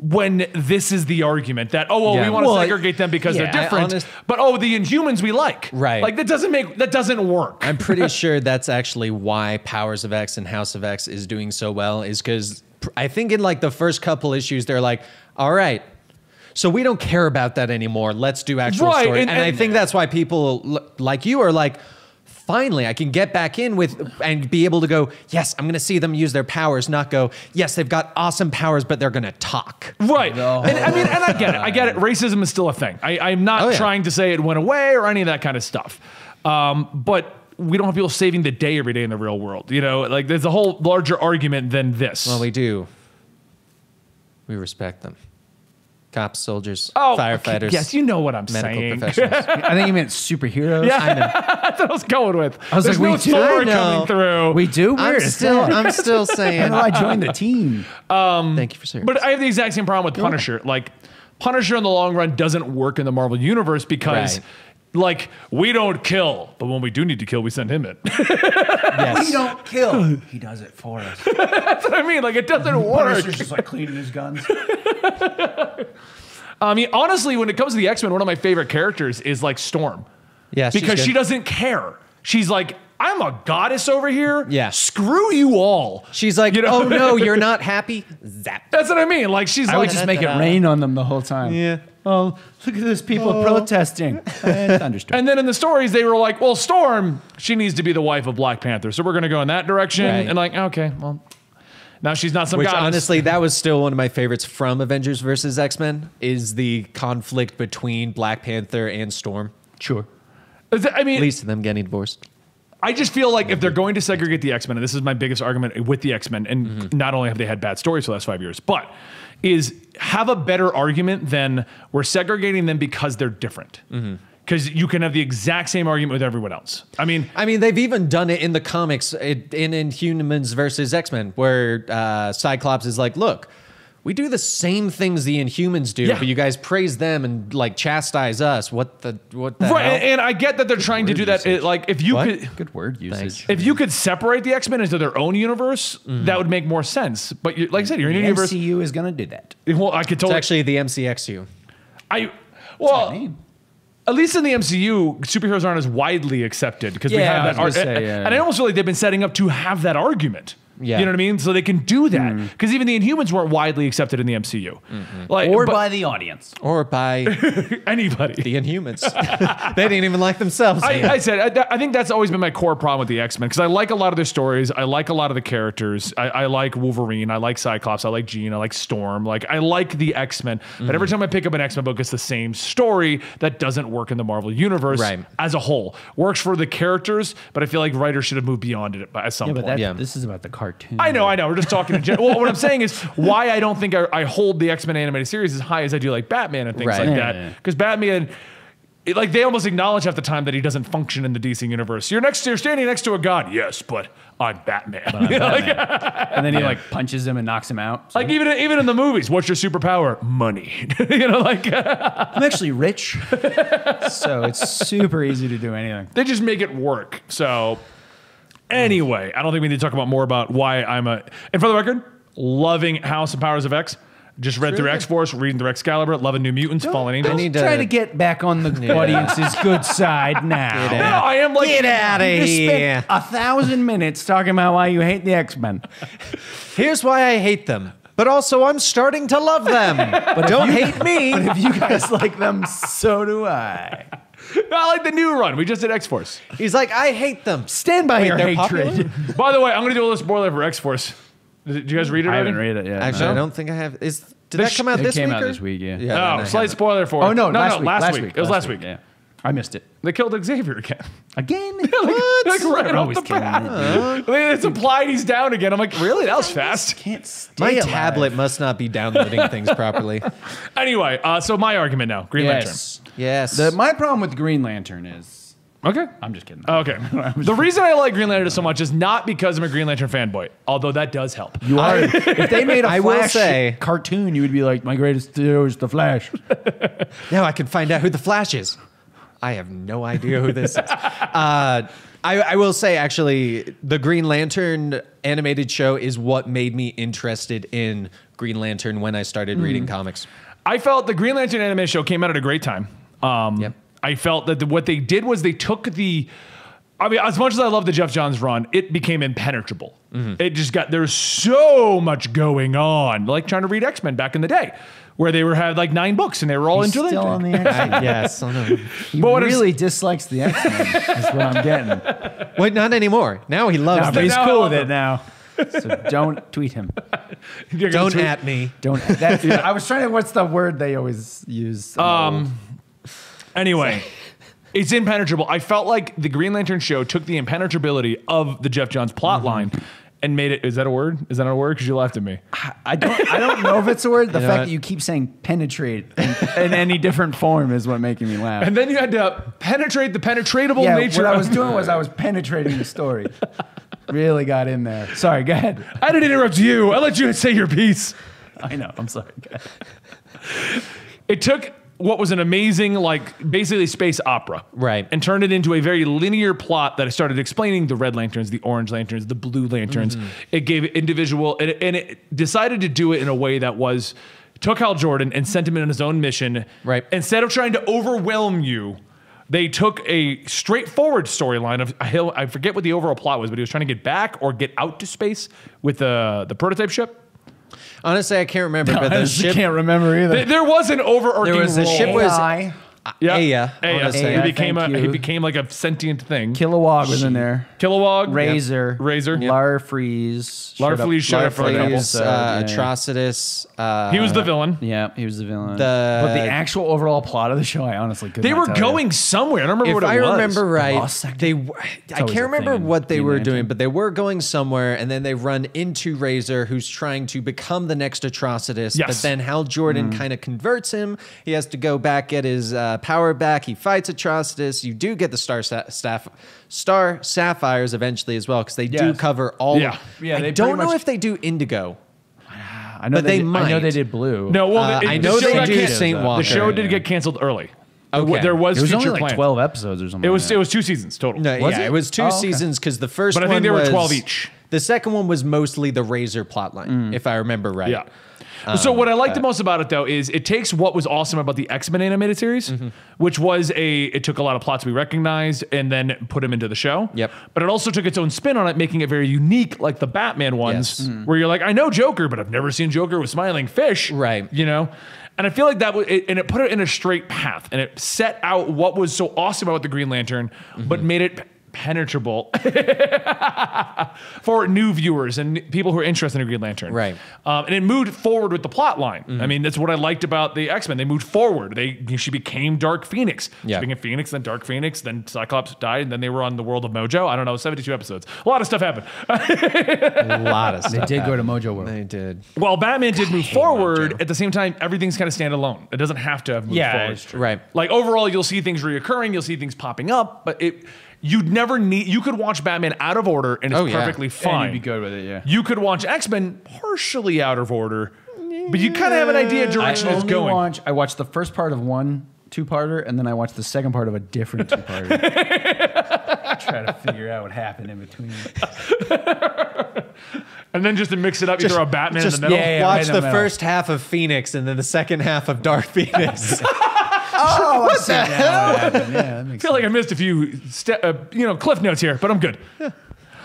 Speaker 3: when this is the argument that oh well
Speaker 2: Yeah.
Speaker 3: we want to
Speaker 2: Well,
Speaker 3: segregate them because
Speaker 2: yeah, I
Speaker 3: they're different,
Speaker 2: honest-
Speaker 3: but oh the Inhumans we like
Speaker 2: Right.
Speaker 3: Like that doesn't make that doesn't work.
Speaker 2: I'm pretty sure that's actually why Powers of X and House of X is doing so well, is because I think in like the first couple issues, they're like, all right, so we don't care about that anymore. Let's do actual
Speaker 3: Right,
Speaker 2: story.
Speaker 3: and-
Speaker 2: And, I
Speaker 3: and-
Speaker 2: think that's why people l- like you are like, finally, I can get back in with and be able to go, yes, I'm going to see them use their powers, not go, yes, they've got awesome powers, but they're going to talk.
Speaker 3: Right. And I mean, and I get it. I get it. Racism is still a thing. I, I'm not
Speaker 2: Oh, yeah.
Speaker 3: trying to say it went away or any of that kind of stuff. Um, but we don't have people saving the day every day in the real world. You know, like there's a whole larger argument than this.
Speaker 2: Well, we do. We respect them. Cops, soldiers,
Speaker 3: oh,
Speaker 2: firefighters.
Speaker 3: okay. Yes, you know what I'm
Speaker 2: medical
Speaker 3: saying. That's
Speaker 2: professionals.
Speaker 1: I think you meant superheroes.
Speaker 3: Yeah.
Speaker 2: I know.
Speaker 3: what I was going with.
Speaker 1: I was
Speaker 3: there's
Speaker 1: like,
Speaker 3: no
Speaker 1: we do-
Speaker 3: Thor
Speaker 2: I know.
Speaker 3: coming through.
Speaker 1: We do.
Speaker 2: I'm
Speaker 1: Weird.
Speaker 2: still, I'm still saying.
Speaker 1: How do I join the team?
Speaker 2: Thank you for saying.
Speaker 3: But I have the exact same problem with Punisher. Like, Punisher in the long run doesn't work in the Marvel universe because,
Speaker 2: Right.
Speaker 3: like, we don't kill, but when we do need to kill, we send him in. That's
Speaker 2: yes.
Speaker 4: He don't kill. He does it for us.
Speaker 3: what I mean. Like, it doesn't work.
Speaker 4: Punisher's just like cleaning his guns.
Speaker 3: I mean, honestly, when it comes to the X Men, one of my favorite characters is like Storm
Speaker 2: Yeah, she's
Speaker 3: because she
Speaker 2: good.
Speaker 3: doesn't care. She's like, I'm a goddess over here.
Speaker 2: Yeah.
Speaker 3: Screw you all.
Speaker 2: She's like,
Speaker 3: You know?
Speaker 2: oh no, you're not happy. Zap.
Speaker 3: That's what I mean. Like, she's
Speaker 1: I
Speaker 3: like,
Speaker 1: would just make it rain on them the whole time.
Speaker 2: Yeah.
Speaker 1: Oh, look at those people protesting. Oh. And thunderstorm.
Speaker 3: and then in the stories, they were like, well, Storm, she needs to be the wife of Black Panther. So we're going to go in that direction.
Speaker 2: Right.
Speaker 3: And like, okay, well, now she's not some
Speaker 2: Which
Speaker 3: goddess.
Speaker 2: honestly, that was still one of my favorites from Avengers versus X Men is the conflict between Black Panther and Storm.
Speaker 1: sure.
Speaker 3: Is it- I mean,
Speaker 2: At least them getting divorced.
Speaker 3: I just feel like if they're going to segregate the X Men, and this is my biggest argument with the X Men, and
Speaker 2: Mm-hmm.
Speaker 3: not only have they had bad stories for the last five years, but is have a better argument than we're segregating them because they're different.
Speaker 2: Mm-hmm.
Speaker 3: Because you can have the exact same argument with everyone else. I mean,
Speaker 2: I mean, they've even done it in the comics it, in Inhumans versus X Men, where uh, Cyclops is like, "Look, we do the same things the Inhumans do,
Speaker 3: Yeah.
Speaker 2: but you guys praise them and like chastise us. What the what the
Speaker 3: right,
Speaker 2: hell?"
Speaker 3: and, and I get that they're trying to
Speaker 2: word
Speaker 3: do that.
Speaker 2: usage.
Speaker 3: it- like, if you
Speaker 2: What?
Speaker 3: could.
Speaker 1: Good word usage.
Speaker 2: Thanks.
Speaker 3: If you could separate the X Men into their own universe, that
Speaker 2: Mm.
Speaker 3: would make more sense. But you, like I said, you're in a
Speaker 1: The
Speaker 3: universe.
Speaker 1: MCU is going to do that.
Speaker 3: Well, I could
Speaker 2: It's
Speaker 3: totally.
Speaker 2: actually the MCXU.
Speaker 3: I well,
Speaker 1: I mean.
Speaker 3: at least in the MCU, superheroes aren't as widely accepted because we
Speaker 1: Yeah,
Speaker 3: have
Speaker 1: I
Speaker 3: that
Speaker 1: was gonna
Speaker 3: argument.
Speaker 1: say, yeah.
Speaker 3: And I almost feel like they've been setting up to have that argument.
Speaker 2: Yeah.
Speaker 3: You know what I mean? So they can do that
Speaker 1: Mm-hmm.
Speaker 3: because even the Inhumans weren't widely accepted in the MCU, like
Speaker 1: Or
Speaker 3: but-
Speaker 1: by the audience.
Speaker 2: or by
Speaker 3: anybody.
Speaker 2: the Inhumans. they didn't even like themselves.
Speaker 3: I, I said I, th- I think that's always been my core problem with the X Men because I like a lot of their stories, I like a lot of the characters, I, I like Wolverine, I like Cyclops, I like Jean, I like Storm, like I like the X Men. But
Speaker 1: Mm.
Speaker 3: every time I pick up an X Men book, it's the same story that doesn't work in the Marvel universe
Speaker 2: Right.
Speaker 3: as a whole. Works for the characters, but I feel like writers should have moved beyond it by- at some
Speaker 1: Yeah,
Speaker 3: point.
Speaker 1: but that,
Speaker 2: Yeah.
Speaker 1: this is about the cartoon.
Speaker 3: I know, I know. We're just talking in general. well, what I'm saying is why I don't think I, I hold the X Men animated series as high as I do like Batman and things
Speaker 2: Right.
Speaker 1: Yeah,
Speaker 3: like
Speaker 1: yeah, yeah.
Speaker 3: that. Because Batman, it- like they almost acknowledge half the time that he doesn't function in the DC universe. You're next, you're standing next to a god. Yes, but I'm Batman. You know, like-
Speaker 1: And then he like punches him and knocks him out.
Speaker 3: like, even even in the movies, what's your superpower? Money. you know, like
Speaker 1: I'm actually rich, so it's super easy to do anything.
Speaker 3: they just make it work. So anyway, I don't think we need to talk about more about why I'm a. And for the record, loving House and Powers of X. Just read through
Speaker 2: really good.
Speaker 3: X Force, reading through Excalibur, loving New Mutants, Fallen Angels.
Speaker 2: I need to,
Speaker 1: Try to get back on the audience's good side now.
Speaker 2: Get
Speaker 3: No, I am like
Speaker 2: Get out of
Speaker 1: You just spent
Speaker 2: here.
Speaker 1: a thousand minutes talking about why you hate the X Men.
Speaker 2: Here's why I hate them. But also, I'm starting to love them. but don't hate me.
Speaker 1: But if you guys like them, so do I.
Speaker 3: Not like the new run. We just did X Force.
Speaker 2: He's like, I hate them.
Speaker 1: Stand by your
Speaker 2: they're
Speaker 1: hatred.
Speaker 2: popular?
Speaker 3: By the way, I'm gonna do a little spoiler for X Force. Did you guys read it?
Speaker 1: I haven't
Speaker 3: already?
Speaker 1: read it yet.
Speaker 2: Actually,
Speaker 1: no.
Speaker 2: I don't think I have. Is did
Speaker 3: sh-
Speaker 2: that come out
Speaker 1: It
Speaker 2: this
Speaker 1: came
Speaker 2: week?
Speaker 1: out
Speaker 2: or-
Speaker 1: this week, yeah.
Speaker 2: then I
Speaker 3: Oh,
Speaker 2: haven't.
Speaker 3: slight spoiler for.
Speaker 1: Oh no!
Speaker 3: no,
Speaker 1: last
Speaker 3: no,
Speaker 1: week,
Speaker 3: last, week. It was last week.
Speaker 1: Yeah, I missed it
Speaker 3: They killed Xavier again.
Speaker 1: again.
Speaker 2: What?
Speaker 3: like right
Speaker 1: They're
Speaker 3: off
Speaker 1: always
Speaker 3: the
Speaker 1: killing
Speaker 3: bat.
Speaker 1: it,
Speaker 3: I mean, it's applied. He's down again. I'm like, really? That was fast.
Speaker 1: Can't stay
Speaker 2: My
Speaker 1: alive.
Speaker 2: tablet must not be downloading things properly.
Speaker 3: Anyway, uh, so my argument now, Green
Speaker 1: Yes.
Speaker 2: Yes.
Speaker 1: The, my problem with Green Lantern is
Speaker 3: Lantern. Okay.
Speaker 1: I'm just kidding.
Speaker 3: Okay. The reason I like Green Lantern so much is not because I'm a Green Lantern fanboy, although that does help.
Speaker 1: You are. if they made a
Speaker 2: I will
Speaker 1: Flash
Speaker 2: say-
Speaker 1: cartoon, you would be like, my greatest hero is the Flash.
Speaker 2: Now I can find out who the Flash is. I have no idea who this is. Uh, I, I will say, actually, the Green Lantern animated show is what made me interested in Green Lantern when I
Speaker 1: Hmm.
Speaker 2: started reading comics.
Speaker 3: I felt the Green Lantern anime show came out at a great time. Um,
Speaker 2: Yep.
Speaker 3: I felt that the, what they did was they took the. I mean, as much as I love the Jeff Johns run, it became impenetrable.
Speaker 1: Mm-hmm.
Speaker 3: It just got there's so much going on, like trying to read X Men back in the day, where they were had like nine books and they were all
Speaker 1: He's
Speaker 3: interlinked.
Speaker 1: still on the X-Men.
Speaker 2: yes.
Speaker 1: He
Speaker 3: But what I'm
Speaker 1: really dislikes the X Men. is what I'm getting.
Speaker 2: Wait, not anymore. Now he loves
Speaker 1: But
Speaker 2: them.
Speaker 1: he's
Speaker 3: now I
Speaker 1: cool
Speaker 3: love
Speaker 1: with it
Speaker 3: him.
Speaker 1: now. So don't tweet him.
Speaker 3: You're gonna
Speaker 2: Don't
Speaker 3: tweet-
Speaker 2: at me.
Speaker 1: Don't. That,
Speaker 4: I was trying to. What's the word they always use?
Speaker 1: Oh.
Speaker 4: Um,
Speaker 3: Anyway, it's impenetrable. I felt like the Green Lantern show took the impenetrability of the Jeff Johns
Speaker 1: Mm-hmm.
Speaker 3: plot line and made it. Is that a word? Is that a word? Because you laughed at me.
Speaker 1: I don't. I don't know if it's a word. The
Speaker 2: know
Speaker 1: fact
Speaker 2: what?
Speaker 1: that you keep saying penetrate in, in any different form is what making me laugh.
Speaker 3: And then you had to penetrate the penetratable
Speaker 1: yeah,
Speaker 3: nature.
Speaker 1: what I
Speaker 3: of-
Speaker 1: was doing was I was penetrating the story. Really got in there. Sorry, go ahead.
Speaker 3: I didn't interrupt you. I let you say your piece.
Speaker 1: I know. I'm sorry. Go ahead.
Speaker 3: It took what was an amazing, like basically space opera,
Speaker 2: Right.
Speaker 3: and turned it into a very linear plot that I started explaining the red lanterns, the orange lanterns, the blue lanterns.
Speaker 2: Mm-hmm.
Speaker 3: It gave it individual, and it, and it decided to do it in a way that was took Hal Jordan and sent him on his own mission.
Speaker 2: Right.
Speaker 3: Instead of trying to overwhelm you. They took a straightforward storyline of Hill. I forget what the overall plot was, but he was trying to get back or get out to space with the the prototype ship.
Speaker 2: Honestly, I can't remember. but the
Speaker 1: I
Speaker 2: ship,
Speaker 1: can't remember either.
Speaker 3: There- There was an overarching.
Speaker 2: there was the
Speaker 3: role.
Speaker 2: ship was
Speaker 1: AI
Speaker 3: Yeah.
Speaker 2: Aya, I
Speaker 3: Aya.
Speaker 2: wanna say.
Speaker 3: He
Speaker 1: Aya,
Speaker 3: became a
Speaker 1: thank
Speaker 3: he
Speaker 1: you.
Speaker 3: became like a sentient thing.
Speaker 1: Kilowog was in there.
Speaker 3: Kilowog.
Speaker 1: Razor.
Speaker 3: Yep. Razor.
Speaker 1: Larfreeze. showed up-
Speaker 3: Larfleeze showed up for a couple.
Speaker 1: Larfleeze,
Speaker 2: Larfleeze, uh,
Speaker 1: yeah.
Speaker 2: Atrocitus. Uh,
Speaker 3: He was the villain.
Speaker 1: Yeah, he was the villain.
Speaker 2: The-
Speaker 1: but the actual overall plot of the show, I honestly could
Speaker 3: They were going somewhere. I don't remember
Speaker 2: if
Speaker 3: what it
Speaker 2: I
Speaker 3: was.
Speaker 2: remember right,
Speaker 1: boss sector.
Speaker 2: they w- I
Speaker 1: always a
Speaker 2: can't remember
Speaker 1: thing in
Speaker 2: what they
Speaker 1: Green
Speaker 2: were
Speaker 1: Lantern.
Speaker 2: doing, but they were going somewhere, and then they run into Razor, who's trying to become the next Atrocitus. But
Speaker 3: Yes.
Speaker 2: then Hal Jordan kind of converts him. He has to go back, get his uh, power back. He fights Atrocitus. You do get the Star Sa- Staff, Star Sapphires eventually as well, because they do
Speaker 1: Yes.
Speaker 2: cover all.
Speaker 3: Yeah.
Speaker 1: Yeah,
Speaker 2: I
Speaker 1: they
Speaker 2: don't
Speaker 1: pretty
Speaker 2: know
Speaker 1: much-
Speaker 2: if they do Indigo.
Speaker 1: I know
Speaker 2: but
Speaker 1: they,
Speaker 2: they
Speaker 1: did, I know
Speaker 2: might.
Speaker 1: they did blue.
Speaker 3: No, well,
Speaker 2: Uh,
Speaker 3: it-
Speaker 2: I
Speaker 3: the
Speaker 2: know
Speaker 3: show
Speaker 2: they
Speaker 3: got
Speaker 2: do
Speaker 3: canceled.
Speaker 2: Saint
Speaker 3: The
Speaker 2: Walker.
Speaker 3: show did get canceled early. There wa-
Speaker 2: Okay.
Speaker 3: There was
Speaker 1: it was
Speaker 3: future
Speaker 1: only like
Speaker 3: plans.
Speaker 1: twelve episodes or something.
Speaker 3: It was
Speaker 1: like
Speaker 3: it was two seasons total.
Speaker 2: No,
Speaker 1: Was
Speaker 2: yeah,
Speaker 1: it?
Speaker 2: it? was two
Speaker 1: Oh, okay.
Speaker 2: seasons because the first
Speaker 3: But I think
Speaker 2: one
Speaker 3: they were
Speaker 2: was-
Speaker 3: 12 each.
Speaker 2: The second one was mostly the Razor plotline, if I remember right. Um,
Speaker 3: Yeah. so what I like the most about it though is it takes what was awesome about the X Men animated series,
Speaker 2: Mm-hmm.
Speaker 3: which was a it took a lot of plots we recognized and then put them into the show.
Speaker 2: Yep.
Speaker 3: But it also took its own spin on it, making it very unique, like the Batman ones,
Speaker 2: Yes. Mm-hmm.
Speaker 3: where you're like, I know Joker, but I've never seen Joker with smiling fish.
Speaker 2: Right.
Speaker 3: You know. And I feel like that, was, it, and it put it in a straight path, and it set out what was so awesome about the Green Lantern, but
Speaker 2: Mm-hmm.
Speaker 3: made it p- penetrable for new viewers and people who are interested in Green Lantern.
Speaker 2: Right.
Speaker 3: Um, and it moved forward with the plot line. I mean, that's what I liked about the X Men. They moved forward. They she became Dark Phoenix.
Speaker 2: Yeah.
Speaker 3: She became Phoenix, then Dark Phoenix, then Cyclops died, and then they were on the world of Mojo. I don't know, seventy two episodes. A lot of stuff happened.
Speaker 2: A lot of
Speaker 1: that.
Speaker 2: stuff.
Speaker 1: They did go to Mojo World.
Speaker 2: They did.
Speaker 3: While Batman did move
Speaker 2: hate
Speaker 3: forward,
Speaker 2: Mojo.
Speaker 3: at the same time, everything's kind of standalone. It doesn't have to have moved
Speaker 1: Yeah,
Speaker 3: forward.
Speaker 1: it's true.
Speaker 2: Right.
Speaker 3: Like overall, you'll see things reoccurring, you'll see things popping up, but it you'd never need you could watch Batman out of order and it's
Speaker 2: Oh, yeah.
Speaker 3: perfectly
Speaker 1: And
Speaker 3: fine.
Speaker 1: you'd be good with it, yeah.
Speaker 3: You could watch X Men partially out of order, but you kind of have an idea of
Speaker 1: I
Speaker 3: direction it's
Speaker 1: only
Speaker 3: going.
Speaker 1: watch. I watched the first part of one two-parter, and then I watched the second part of a different two-parter. Try to figure out what happened in between.
Speaker 3: and then just to mix it up, you throw a Batman in the middle.
Speaker 1: yeah, yeah, right
Speaker 2: watch
Speaker 1: in the
Speaker 2: the
Speaker 1: middle.
Speaker 2: first half of Phoenix and then the second half of Dark Phoenix.
Speaker 1: Oh, what the hell? happened. Yeah, that makes
Speaker 3: I feel like I missed a few, ste- uh, you know, cliff notes here, but I'm good.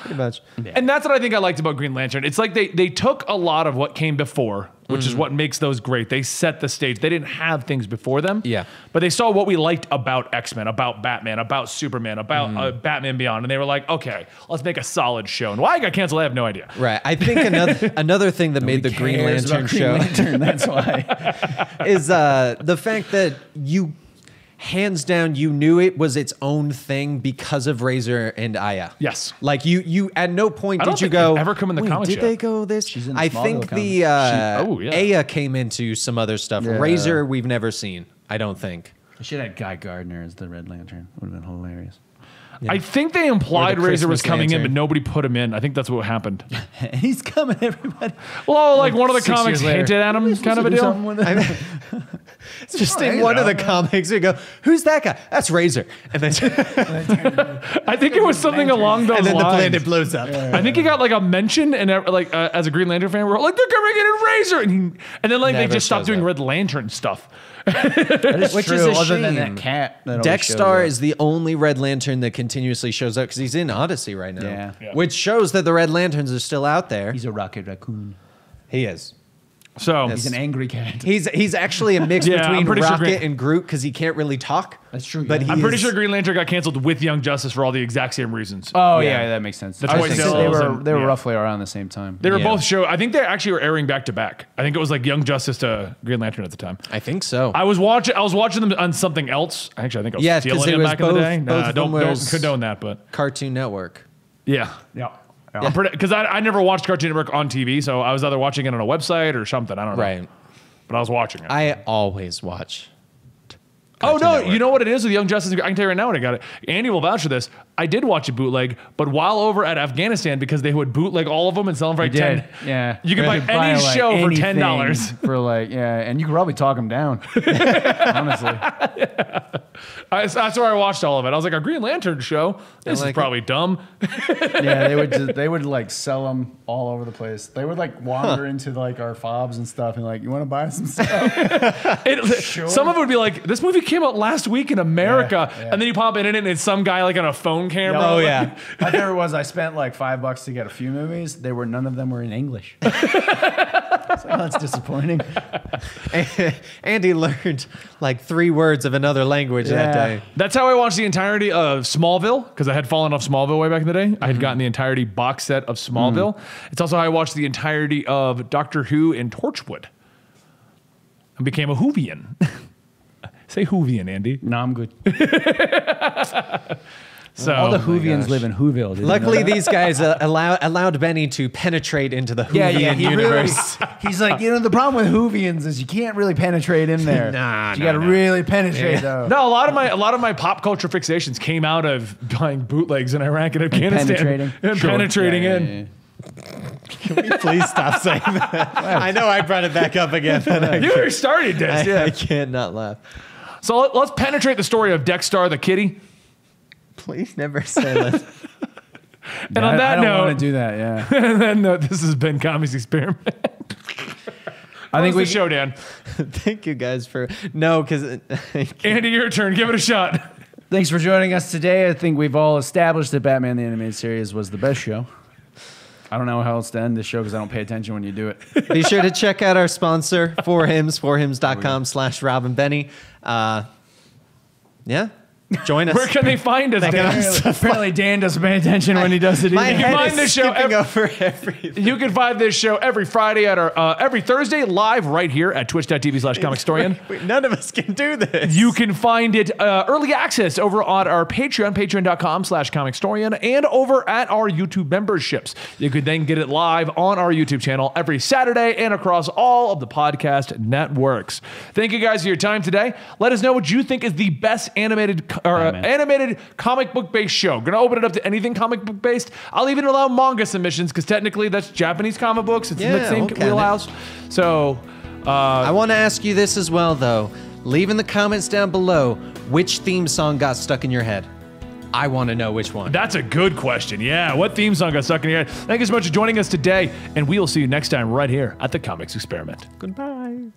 Speaker 2: Pretty much.
Speaker 3: And that's what I think I liked about Green Lantern. It's like they they took a lot of what came before, which
Speaker 2: Mm-hmm.
Speaker 3: is what makes those great. They set the stage. They didn't have things before them.
Speaker 2: Yeah.
Speaker 3: But they saw what we liked about X Men, about Batman, about Superman, about
Speaker 2: Mm-hmm.
Speaker 3: uh, Batman Beyond, and they were like, okay, let's make a solid show. And why it got canceled, I have no idea.
Speaker 2: Right. I think another another thing that made the Green
Speaker 1: Cares
Speaker 2: Lantern
Speaker 1: about Green
Speaker 2: show
Speaker 1: Lantern, that's why.
Speaker 2: is uh, the fact that you hands down you knew it was its own thing because of Razor and Aya.
Speaker 3: Yes.
Speaker 2: Like you you at no point
Speaker 3: I
Speaker 2: did
Speaker 3: don't
Speaker 2: you
Speaker 3: think
Speaker 2: go
Speaker 3: they've ever come in the
Speaker 2: "Wait,
Speaker 3: comics
Speaker 2: Did
Speaker 3: yet."
Speaker 2: they go this?
Speaker 1: She's in the
Speaker 2: I
Speaker 1: Smallville
Speaker 2: think
Speaker 1: comics.
Speaker 2: the uh,
Speaker 3: She- oh, yeah.
Speaker 2: Aya came into some other stuff. Razor we've never seen. I don't think.
Speaker 1: I should have had Guy Gardner as the Red Lantern. Would have been hilarious.
Speaker 3: I think they implied Razor
Speaker 2: Christmas
Speaker 3: was coming in,
Speaker 2: Lantern.
Speaker 3: but nobody put him in. I think that's what happened.
Speaker 1: He's coming, everybody.
Speaker 3: Well, like, one of the
Speaker 1: six
Speaker 3: comics
Speaker 1: years later.
Speaker 3: hinted at him, kind of a deal.
Speaker 1: I
Speaker 2: It's just
Speaker 4: All
Speaker 2: in
Speaker 4: right,
Speaker 2: one of
Speaker 4: though.
Speaker 2: the comics, we go, "Who's that guy?" That's Razor, and then
Speaker 3: I think it was something along those
Speaker 2: and then the
Speaker 3: lines.
Speaker 2: planet blows up.
Speaker 3: I think he got like a mention and uh, like uh, as a Green Lantern fan, we're all like they're coming in a razor, and he, and then like
Speaker 2: Never
Speaker 3: they just stopped
Speaker 2: shows
Speaker 3: doing
Speaker 2: up.
Speaker 3: Red Lantern stuff.
Speaker 1: Which
Speaker 2: true,
Speaker 1: is
Speaker 2: other
Speaker 1: other than
Speaker 2: than that
Speaker 1: that cat. That
Speaker 2: Dexstar is the only Red Lantern that continuously shows up because he's in Odyssey right now,
Speaker 1: Yeah. Yeah.
Speaker 2: which shows that the Red Lanterns are still out there.
Speaker 1: He's a rocket raccoon.
Speaker 2: He is.
Speaker 3: So
Speaker 1: He's an angry cat.
Speaker 2: He's he's actually a mix
Speaker 3: Yeah, I'm
Speaker 2: between
Speaker 3: pretty sure
Speaker 2: Rocket
Speaker 3: Grant-
Speaker 2: and Groot because he can't really talk.
Speaker 1: That's true,
Speaker 2: But
Speaker 1: yeah.
Speaker 2: he
Speaker 3: I'm pretty
Speaker 2: is-
Speaker 3: sure Green Lantern got canceled with Young Justice for all the exact same reasons.
Speaker 1: Oh
Speaker 2: yeah.
Speaker 1: yeah, that makes sense.
Speaker 3: The
Speaker 1: I was
Speaker 3: toy
Speaker 1: thinking they
Speaker 3: sales
Speaker 1: were
Speaker 3: and-
Speaker 1: they were
Speaker 3: yeah.
Speaker 1: roughly around the same time.
Speaker 3: they were
Speaker 2: Yeah.
Speaker 3: both show. I think they actually were airing back to back. I think it was like Young Justice to Green Lantern at the time.
Speaker 2: I think so.
Speaker 3: I was watching. I was watching them on something else. Actually, I think I was
Speaker 2: Yeah, 'cause
Speaker 3: stealing
Speaker 2: it
Speaker 3: them
Speaker 2: was
Speaker 3: back in the
Speaker 2: both-
Speaker 3: day.
Speaker 2: both
Speaker 3: Nah,
Speaker 2: of
Speaker 3: don't,
Speaker 2: them
Speaker 3: don't
Speaker 2: was-
Speaker 3: condone that. But
Speaker 2: Cartoon Network.
Speaker 3: yeah,
Speaker 1: yeah.
Speaker 3: I'm pretty because I, I never watched Cartoon Network on TV, so I was either watching it on a website or something. I don't know.
Speaker 2: Right.
Speaker 3: But I was watching it.
Speaker 2: I always watch.
Speaker 3: Oh
Speaker 2: Cartoon
Speaker 3: no!
Speaker 2: Network.
Speaker 3: You know what it is with Young Justice? I can tell you right now, when I got it, Andy will vouch for this. I did watch a bootleg, but while over at Afghanistan, because they would bootleg all of them and sell them for like ten.
Speaker 1: did, yeah.
Speaker 3: you could buy any
Speaker 1: like,
Speaker 3: show for
Speaker 1: anything
Speaker 3: ten dollars.
Speaker 1: for like yeah, and you could probably talk him down. Honestly,
Speaker 3: That's where I watched all of it. I was like, a Green Lantern show. This
Speaker 2: like
Speaker 3: is
Speaker 2: it.
Speaker 3: probably dumb.
Speaker 4: yeah, they would just, they would like sell them all over the place. They would like wander into like our fobs and stuff and like, you want to buy some stuff?
Speaker 3: It, Some of it would be like, this movie came out last week in America,
Speaker 4: Yeah, yeah.
Speaker 3: and then you pop in it, and it's some guy like on a phone camera.
Speaker 2: Oh yeah.
Speaker 4: My favorite was I spent like five bucks to get a few movies. They were none of them were in English. It's like, oh, that's disappointing.
Speaker 2: Andy learned like three words of another language that
Speaker 4: Yeah.
Speaker 2: day.
Speaker 3: That's how I watched the entirety of Smallville because I had fallen off Smallville way back in the day.
Speaker 1: Mm-hmm.
Speaker 3: I had gotten the entirety box set of
Speaker 1: Mm.
Speaker 3: Smallville. It's also how I watched the entirety of Doctor Who and Torchwood and became a Whovian. Say Whovian, Andy.
Speaker 1: no, I'm good.
Speaker 3: So
Speaker 1: All the Hoovians live in Whoville. did you know
Speaker 2: Luckily,
Speaker 1: that?
Speaker 2: these guys uh, allow, allowed Benny to penetrate into the Hoovian
Speaker 1: Yeah, yeah, he really-
Speaker 2: universe.
Speaker 4: He's like, you know, the problem with Hoovians is you can't really penetrate in there.
Speaker 2: Nah,
Speaker 4: you
Speaker 2: nah,
Speaker 4: gotta
Speaker 2: nah.
Speaker 4: really penetrate though.
Speaker 3: no, a lot of my a lot of my pop culture fixations came out of buying bootlegs in Iraq and Afghanistan
Speaker 1: penetrating.
Speaker 3: and
Speaker 1: Sure.
Speaker 3: penetrating
Speaker 1: Yeah,
Speaker 3: in.
Speaker 1: yeah, yeah.
Speaker 2: Please stop saying that. I know I brought it back up again. but I,
Speaker 3: You already started this.
Speaker 2: I,
Speaker 3: yeah.
Speaker 2: I can't not laugh.
Speaker 3: So let, let's penetrate the story of Dexstar the Kitty.
Speaker 2: Please never say that.
Speaker 3: And on
Speaker 1: I-
Speaker 3: that
Speaker 1: I don't
Speaker 3: note,
Speaker 1: want to do that. Yeah,
Speaker 3: and then note, this has been Comics Experiment.
Speaker 1: I think we
Speaker 3: the show, Dan.
Speaker 2: Thank you guys for no, uh, because
Speaker 3: Andy, your turn. Give it a shot.
Speaker 1: Thanks for joining us today. I think we've all established that Batman the Animated Series was the best show. I don't know how else to end this show because I don't pay attention when you do it.
Speaker 2: be sure to check out our sponsor, for hims, forhims.com slash Robin Benny. Uh, yeah, join us.
Speaker 3: Where can they find us, Dan?
Speaker 1: apparently, apparently Dan doesn't pay attention when he does it.
Speaker 2: My
Speaker 1: either.
Speaker 2: head
Speaker 3: mind
Speaker 2: is
Speaker 3: the show
Speaker 2: skipping
Speaker 3: ev-
Speaker 2: over everything.
Speaker 3: You can find this show every Friday at our uh, every Thursday live right here at twitch.tv slash comicstorian.
Speaker 2: Wait, none of us can do this.
Speaker 3: You can find it uh, early access over on our Patreon, patreon.com slash comicstorian, and over at our YouTube memberships. You could then get it live on our YouTube channel every Saturday and across all of the podcast networks. Thank you guys for your time today. Let us know what you think is the best animated co- or, uh,
Speaker 1: Batman.
Speaker 3: animated comic book based show. Gonna open it up to anything comic book based. I'll even allow manga submissions because technically that's Japanese comic books. It's in the
Speaker 2: Yeah,
Speaker 3: same
Speaker 2: okay.
Speaker 3: wheelhouse. So.
Speaker 2: I want to ask you this as well, though. Leave in the comments down below which theme song got stuck in your head. I want to know which one.
Speaker 3: That's a good question. Yeah. What theme song got stuck in your head? Thank you so much for joining us today, and we will see you next time right here at the Comics Experiment.
Speaker 2: Goodbye.